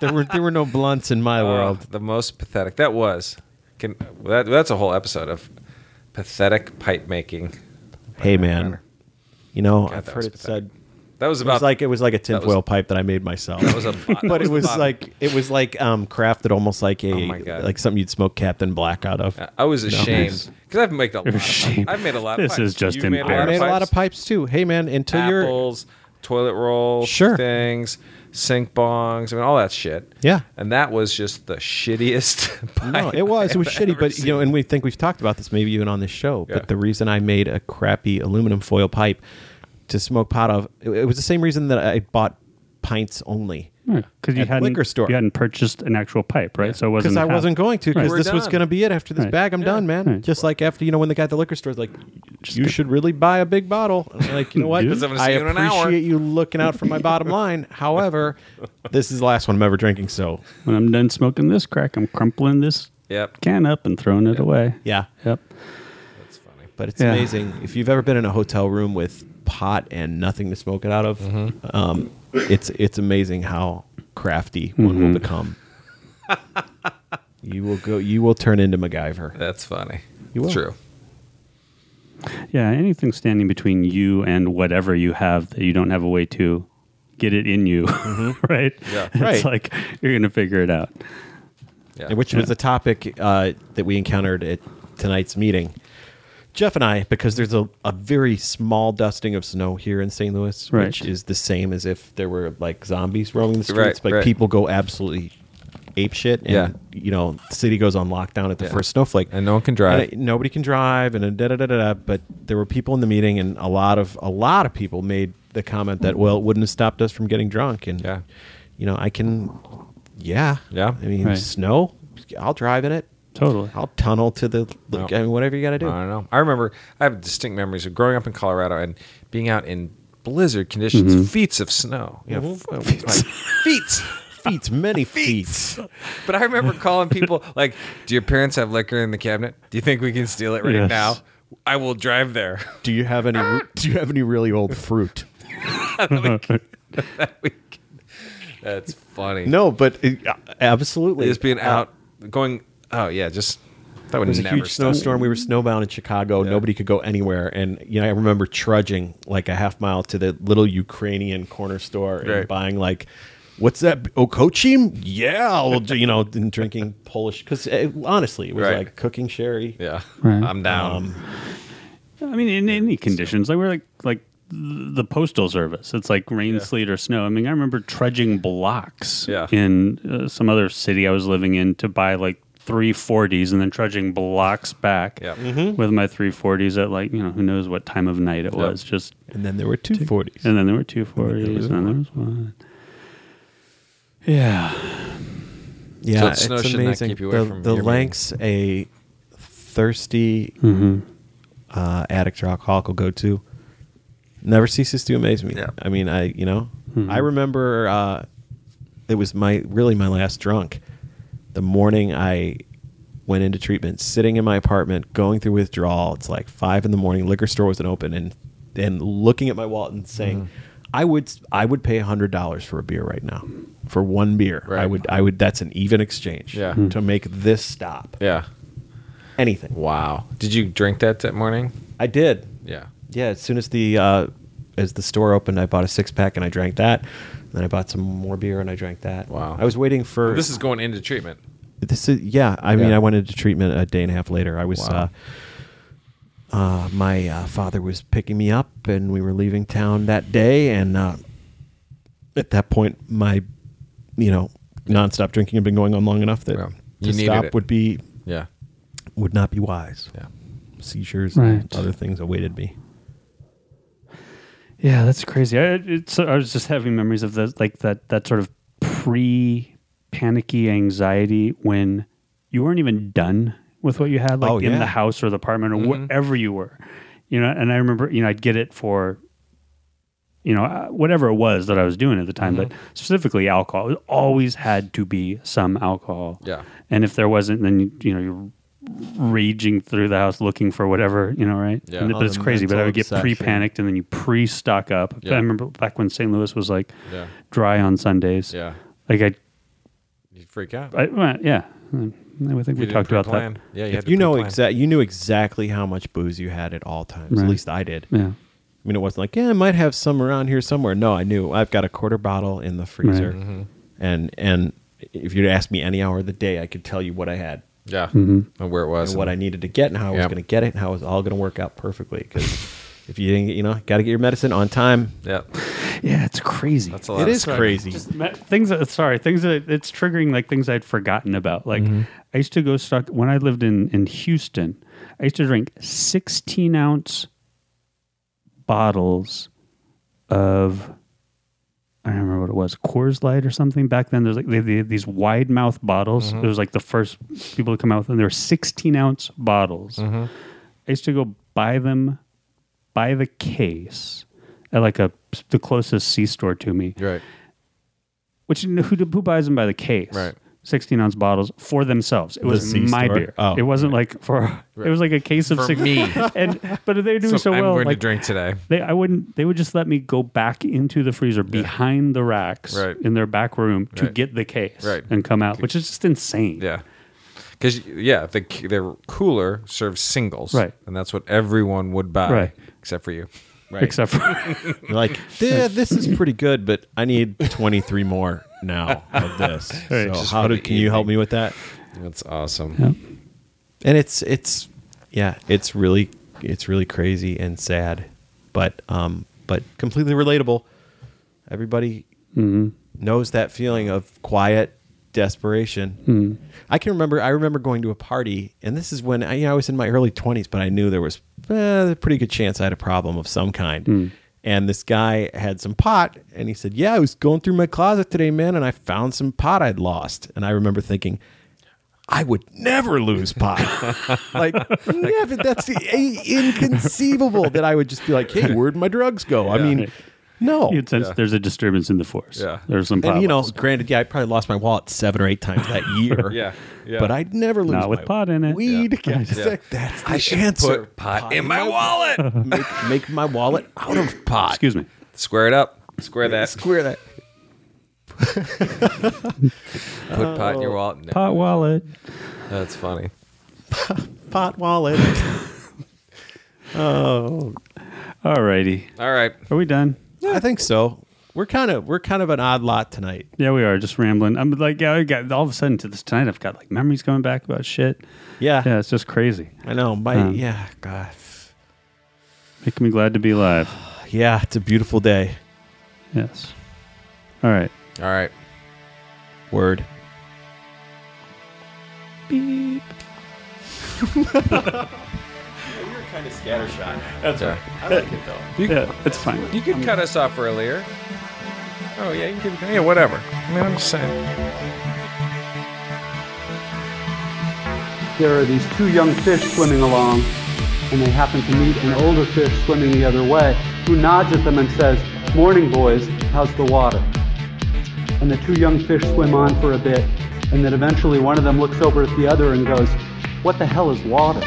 Speaker 6: there were there were no blunts in my world.
Speaker 1: *laughs* Oh, the most pathetic that was. Can that, that's a whole episode of pathetic pipe making.
Speaker 6: Hey man, you know I've
Speaker 1: that
Speaker 6: heard
Speaker 1: was
Speaker 6: it
Speaker 1: pathetic.
Speaker 6: said.
Speaker 1: That was
Speaker 6: It
Speaker 1: about
Speaker 6: was like it was like a
Speaker 1: was-
Speaker 6: tinfoil pipe that I made myself.
Speaker 1: that was
Speaker 6: *laughs*
Speaker 1: a bo- that
Speaker 6: but it
Speaker 1: the
Speaker 6: was
Speaker 1: bottom.
Speaker 6: like it was like um, crafted almost like a
Speaker 1: Oh my God. Uh,
Speaker 6: like something you'd smoke Captain Black out of.
Speaker 1: I was ashamed because I've made a lot. Of pipes.
Speaker 5: ashamed.
Speaker 1: I've made a lot.
Speaker 5: This
Speaker 1: of
Speaker 5: is
Speaker 1: pipes.
Speaker 5: just
Speaker 1: You've made
Speaker 6: I
Speaker 5: Water
Speaker 6: made a lot
Speaker 1: pipes.
Speaker 6: of pipes too. Hey man, until you're
Speaker 1: apples, toilet roll
Speaker 6: Sure.
Speaker 1: things, sink bongs, I mean all that shit.
Speaker 6: Yeah.
Speaker 1: and that was just the shittiest.
Speaker 6: *laughs*
Speaker 1: *laughs*
Speaker 6: No,
Speaker 1: pipe
Speaker 6: it was. It was
Speaker 1: I've
Speaker 6: shitty,
Speaker 1: ever
Speaker 6: but you know,
Speaker 1: seen.
Speaker 6: and we think we've talked about this maybe even on this show.
Speaker 1: Yeah.
Speaker 6: But the reason I made a crappy aluminum foil pipe to smoke pot of, it, it was the same reason that I bought pints only.
Speaker 5: Because you
Speaker 6: At the
Speaker 5: hadn't
Speaker 6: liquor store.
Speaker 5: you hadn't purchased an actual pipe, right? So it wasn't
Speaker 6: Because I
Speaker 5: a half-
Speaker 6: wasn't going to, because
Speaker 1: We're
Speaker 6: this was
Speaker 1: done.
Speaker 6: going to be it after this
Speaker 5: Right.
Speaker 6: bag. I'm done, man.
Speaker 5: Right.
Speaker 6: Just like after, you know, when the guy at the liquor store is like, you should really buy a big bottle. And I'm like, you know what?
Speaker 5: Dude. 'Cause
Speaker 1: I'm gonna
Speaker 6: I
Speaker 1: see you in an hour.
Speaker 6: appreciate you looking out for my bottom
Speaker 5: *laughs*
Speaker 6: line. However, this is the last one I'm ever drinking. So,
Speaker 5: When I'm done smoking this crack, I'm crumpling this
Speaker 1: Yep.
Speaker 5: can up and throwing it away.
Speaker 6: yeah.
Speaker 5: Yep.
Speaker 1: That's funny.
Speaker 6: But it's
Speaker 5: Yeah.
Speaker 6: amazing if you've ever been in a hotel room with pot and nothing to smoke it out of.
Speaker 1: Mm-hmm.
Speaker 6: Um, it's it's amazing how crafty one
Speaker 5: Mm-hmm.
Speaker 6: will become. you will go. You will turn into MacGyver.
Speaker 1: That's funny.
Speaker 6: You will.
Speaker 1: True.
Speaker 5: Yeah. Anything standing between you and whatever you have that you don't have a way to get it in you, *laughs* right?
Speaker 1: Yeah.
Speaker 5: It's
Speaker 6: Right.
Speaker 5: like you're gonna figure it out.
Speaker 1: Yeah.
Speaker 6: And Which was a topic uh, that we encountered at tonight's meeting. Jeff and I, because there's a, a very small dusting of snow here in St. Louis, which
Speaker 5: Right.
Speaker 6: is the same as if there were like zombies roaming the streets.
Speaker 1: Right,
Speaker 6: like
Speaker 1: right.
Speaker 6: people go absolutely ape shit. And,
Speaker 1: Yeah.
Speaker 6: you know, the city goes on lockdown at the
Speaker 1: Yeah.
Speaker 6: first snowflake.
Speaker 1: and no one can drive.
Speaker 6: And, uh, nobody can drive, and da da da da. But there were people in the meeting, and a lot of a lot of people made the comment that well, it wouldn't have stopped us from getting drunk. And
Speaker 1: Yeah.
Speaker 6: you know, I can, yeah,
Speaker 1: Yeah.
Speaker 6: I mean,
Speaker 5: Right.
Speaker 6: snow, I'll drive in it.
Speaker 5: Totally.
Speaker 6: I'll tunnel to the.
Speaker 1: No.
Speaker 6: I mean, whatever you got to do.
Speaker 1: I don't know. I remember I have distinct memories of growing up in Colorado and being out in blizzard conditions,
Speaker 6: Mm-hmm.
Speaker 1: feet of snow. You know, f- like, feet.
Speaker 6: *laughs*
Speaker 1: *laughs*
Speaker 6: feet, many feet.
Speaker 1: But I remember calling
Speaker 6: *laughs*
Speaker 1: people like, "Do your parents have liquor in the cabinet? Do you think we can steal it right
Speaker 5: Yes.
Speaker 1: now? I will drive there." *laughs*
Speaker 6: Do you have any?
Speaker 1: Ah.
Speaker 6: Do you have any really old fruit?
Speaker 1: That's funny.
Speaker 6: No, but it, uh, absolutely.
Speaker 1: just being
Speaker 6: Uh,
Speaker 1: out, going. Oh yeah, just that would
Speaker 6: It was a
Speaker 1: never
Speaker 6: huge
Speaker 1: stop.
Speaker 6: snowstorm. We were snowbound in Chicago. Nobody could go anywhere. And you know, I remember trudging like a half mile to the little Ukrainian corner store and
Speaker 1: Right.
Speaker 6: buying like, what's that? Okochim? Yeah, I'll do- you know, and drinking Polish because honestly, it was
Speaker 1: Right.
Speaker 6: like cooking sherry.
Speaker 1: Yeah,
Speaker 5: Right.
Speaker 1: I'm down.
Speaker 5: I mean, in any conditions, like we're like like the postal service. It's like rain, sleet, or snow. I mean, I remember trudging blocks
Speaker 1: Yeah.
Speaker 5: in uh, some other city I was living in to buy like. 340s and then trudging blocks back
Speaker 1: Yep.
Speaker 5: with my 340s at like you know who knows what time of night it was just
Speaker 6: And then there were two forties.
Speaker 5: and then there were 240s and then there was one yeah
Speaker 6: Yeah,
Speaker 1: So it's snow should not keep you away
Speaker 6: the
Speaker 1: from
Speaker 6: the
Speaker 1: your
Speaker 6: lengths a thirsty uh, addict or alcoholic will go to never ceases to amaze me.
Speaker 1: Yeah.
Speaker 6: I mean, I you know, I remember uh, it was my really my last drunk. The morning I went into treatment, sitting in my apartment, going through withdrawal. It's like five in the morning. Liquor store wasn't open, and and looking at my wallet and
Speaker 1: Mm-hmm.
Speaker 6: saying, "I would I would pay hundred dollars for a beer right now, for one beer. I
Speaker 1: Right.
Speaker 6: would I would that's an even exchange.
Speaker 1: Yeah. Mhm.
Speaker 6: to make this stop,
Speaker 1: Yeah.
Speaker 6: anything.
Speaker 1: Wow. Did you drink that that morning?
Speaker 6: I did.
Speaker 1: Yeah.
Speaker 6: Yeah, as soon as the uh, as the store opened, I bought a six pack and I drank that. Then I bought some more beer and I drank that.
Speaker 1: Wow.
Speaker 6: I was waiting for
Speaker 1: This is going into treatment.
Speaker 6: This is yeah. I mean,
Speaker 1: Yeah.
Speaker 6: I went into treatment a day and a half later. I was
Speaker 1: Wow.
Speaker 6: uh, uh, my uh, father was picking me up, and we were leaving town that day. And uh, at that point, my you know nonstop drinking had been going on long enough that
Speaker 1: Yeah. You
Speaker 6: to
Speaker 1: needed
Speaker 6: stop
Speaker 1: it.
Speaker 6: would be
Speaker 1: Yeah.
Speaker 6: would not be wise.
Speaker 1: Yeah.
Speaker 6: Seizures, and
Speaker 5: Right.
Speaker 6: other things awaited me.
Speaker 5: Yeah, that's crazy. I, it's, I was just having memories of the like that that sort of pre panicky anxiety when you weren't even done with what you had, like
Speaker 6: Oh,
Speaker 5: in
Speaker 6: yeah. Mm-hmm.
Speaker 5: the house or the apartment or wherever you were. You know, and I remember, you know, I'd get it for, you know, uh, whatever it was that I was doing at the time,
Speaker 1: Mm-hmm.
Speaker 5: but specifically alcohol. It always had to be some alcohol.
Speaker 1: Yeah.
Speaker 5: And if there wasn't, then you, you know you're raging through the house looking for whatever, you know, right?
Speaker 1: Yeah.
Speaker 5: And it-
Speaker 6: Oh,
Speaker 5: but it's
Speaker 6: the
Speaker 5: crazy. But I
Speaker 6: mental
Speaker 5: would get
Speaker 6: obsession.
Speaker 5: pre panicked and then you pre stock up.
Speaker 1: Yeah.
Speaker 5: I remember back when St. Louis was like
Speaker 1: Yeah.
Speaker 5: dry on Sundays.
Speaker 1: Yeah.
Speaker 5: Like I,
Speaker 1: You freak out.
Speaker 5: I well, yeah. I think we
Speaker 1: didn't
Speaker 5: talked about
Speaker 1: pre-plan.
Speaker 5: that.
Speaker 1: Yeah. had
Speaker 6: If
Speaker 1: to
Speaker 6: you know
Speaker 1: pre-plan.
Speaker 6: exact, you knew exactly how much booze you had at all times.
Speaker 5: Right.
Speaker 6: At least I did.
Speaker 5: Yeah.
Speaker 6: I mean, it wasn't like, yeah, I might have some around here somewhere. No, I knew I've got a quarter bottle in the freezer,
Speaker 1: Mm-hmm.
Speaker 6: and and if you'd asked me any hour of the day, I could tell you what I had
Speaker 1: Yeah. And where it was.
Speaker 6: and what I needed to get and how I was
Speaker 1: Yep.
Speaker 6: going to get it and how it was all going to work out perfectly. Because if you didn't, get- you know, got to get your medicine on time.
Speaker 1: Yeah.
Speaker 5: yeah, it's crazy.
Speaker 1: That's a lot
Speaker 6: it
Speaker 1: of
Speaker 6: is
Speaker 1: sex.
Speaker 6: crazy.
Speaker 5: Ma- things that sorry things that it's triggering like things i'd forgotten about like i used to go stock when i lived in in houston i used to drink 16 ounce bottles of i don't remember what it was coors light or something back then there's like they, had the- these wide mouth bottles it was like the first people to come out with them they were 16 ounce bottles i used to go buy them by the case at like a the closest c store to me
Speaker 1: Right.
Speaker 5: which who, who buys them by the case?
Speaker 1: Right.
Speaker 5: 16 ounce bottles for themselves. It was
Speaker 6: C
Speaker 5: my
Speaker 6: store?
Speaker 5: beer.
Speaker 6: Oh,
Speaker 5: it wasn't like for. It was like a case of
Speaker 1: For
Speaker 5: six.
Speaker 1: me.
Speaker 5: *laughs* And but they were doing so,
Speaker 1: I'm
Speaker 5: well.
Speaker 1: going
Speaker 5: Like,
Speaker 1: to drink today.
Speaker 5: They, I wouldn't. They would just let me go back into the freezer behind the racks
Speaker 1: Right.
Speaker 5: in their back room to
Speaker 1: Right.
Speaker 5: get the case
Speaker 1: Right.
Speaker 5: and come out, which is just insane.
Speaker 1: Yeah. Because yeah, the the cooler serves singles,
Speaker 5: Right.
Speaker 1: And that's what everyone would buy,
Speaker 5: Right.
Speaker 1: Except for you.
Speaker 5: Except for *laughs*
Speaker 1: *laughs*
Speaker 6: You're like, yeah, this is pretty good, but I need 23 more now of this. So
Speaker 1: Just
Speaker 6: how
Speaker 1: for
Speaker 6: do,
Speaker 1: the
Speaker 6: can you help me with that?
Speaker 1: That's awesome.
Speaker 6: And it's it's yeah, it's really it's really crazy and sad, but um but completely relatable. Everybody knows that feeling of quiet desperation. I can remember I remember going to a party and this is when I, you know, I was in my early 20s but I knew there was eh, a pretty good chance I had a problem of some kind. And this guy had some pot and he said, "Yeah, I was going through my closet today, man, and I found some pot I'd lost." And I remember thinking, I would never lose pot. *laughs* like, never. That's the, a, inconceivable that I would just be like, hey, where'd my drugs go? I mean, no.
Speaker 5: you'd sense there's a disturbance in the force.
Speaker 1: Yeah.
Speaker 5: There's some.
Speaker 6: And, you know,
Speaker 5: potholes.
Speaker 6: granted, yeah, I probably lost my wallet seven or eight times that year.
Speaker 1: Yeah, yeah.
Speaker 6: But I'd never lose
Speaker 5: Not with
Speaker 6: my
Speaker 5: pot in it.
Speaker 6: Weed.
Speaker 5: Yeah.
Speaker 6: Yeah. It's
Speaker 1: Yeah.
Speaker 6: like, that's the
Speaker 1: I should
Speaker 6: answer.
Speaker 1: put pot, in my wallet.
Speaker 6: *laughs* make, make my wallet out of pot.
Speaker 5: Excuse me.
Speaker 1: Square it up. Square that.
Speaker 6: Square that.
Speaker 1: Put pot in your wallet. No,
Speaker 5: Oh. Pot wallet.
Speaker 1: that's funny.
Speaker 6: Pot wallet.
Speaker 5: Alrighty.
Speaker 1: All right.
Speaker 5: Are we done?
Speaker 6: I think so. We're kind of we're kind of an odd lot tonight.
Speaker 5: Yeah, we are just rambling. I'm like, yeah, I got all of a sudden to this tonight. I've got like memories coming back about shit.
Speaker 6: Yeah,
Speaker 5: Yeah, it's just crazy.
Speaker 6: I know. My
Speaker 5: Um,
Speaker 6: yeah, God.
Speaker 5: Making me glad to be alive.
Speaker 6: Yeah, it's a beautiful day.
Speaker 5: Yes. All right.
Speaker 1: All right.
Speaker 6: Word.
Speaker 5: Beep.
Speaker 6: You're kind of scattershot.
Speaker 5: That's
Speaker 1: Yeah.
Speaker 6: I like it though.
Speaker 5: Yeah, it's fine.
Speaker 1: You could cut us off earlier. Oh yeah, you can. Yeah, whatever. I mean, I'm just saying.
Speaker 2: there are these two young fish swimming along, and they happen to meet an older fish swimming the other way, who nods at them and says, Morning, boys, how's the water? And the two young fish swim on for a bit, and then eventually one of them looks over at the other and goes, What the hell is water?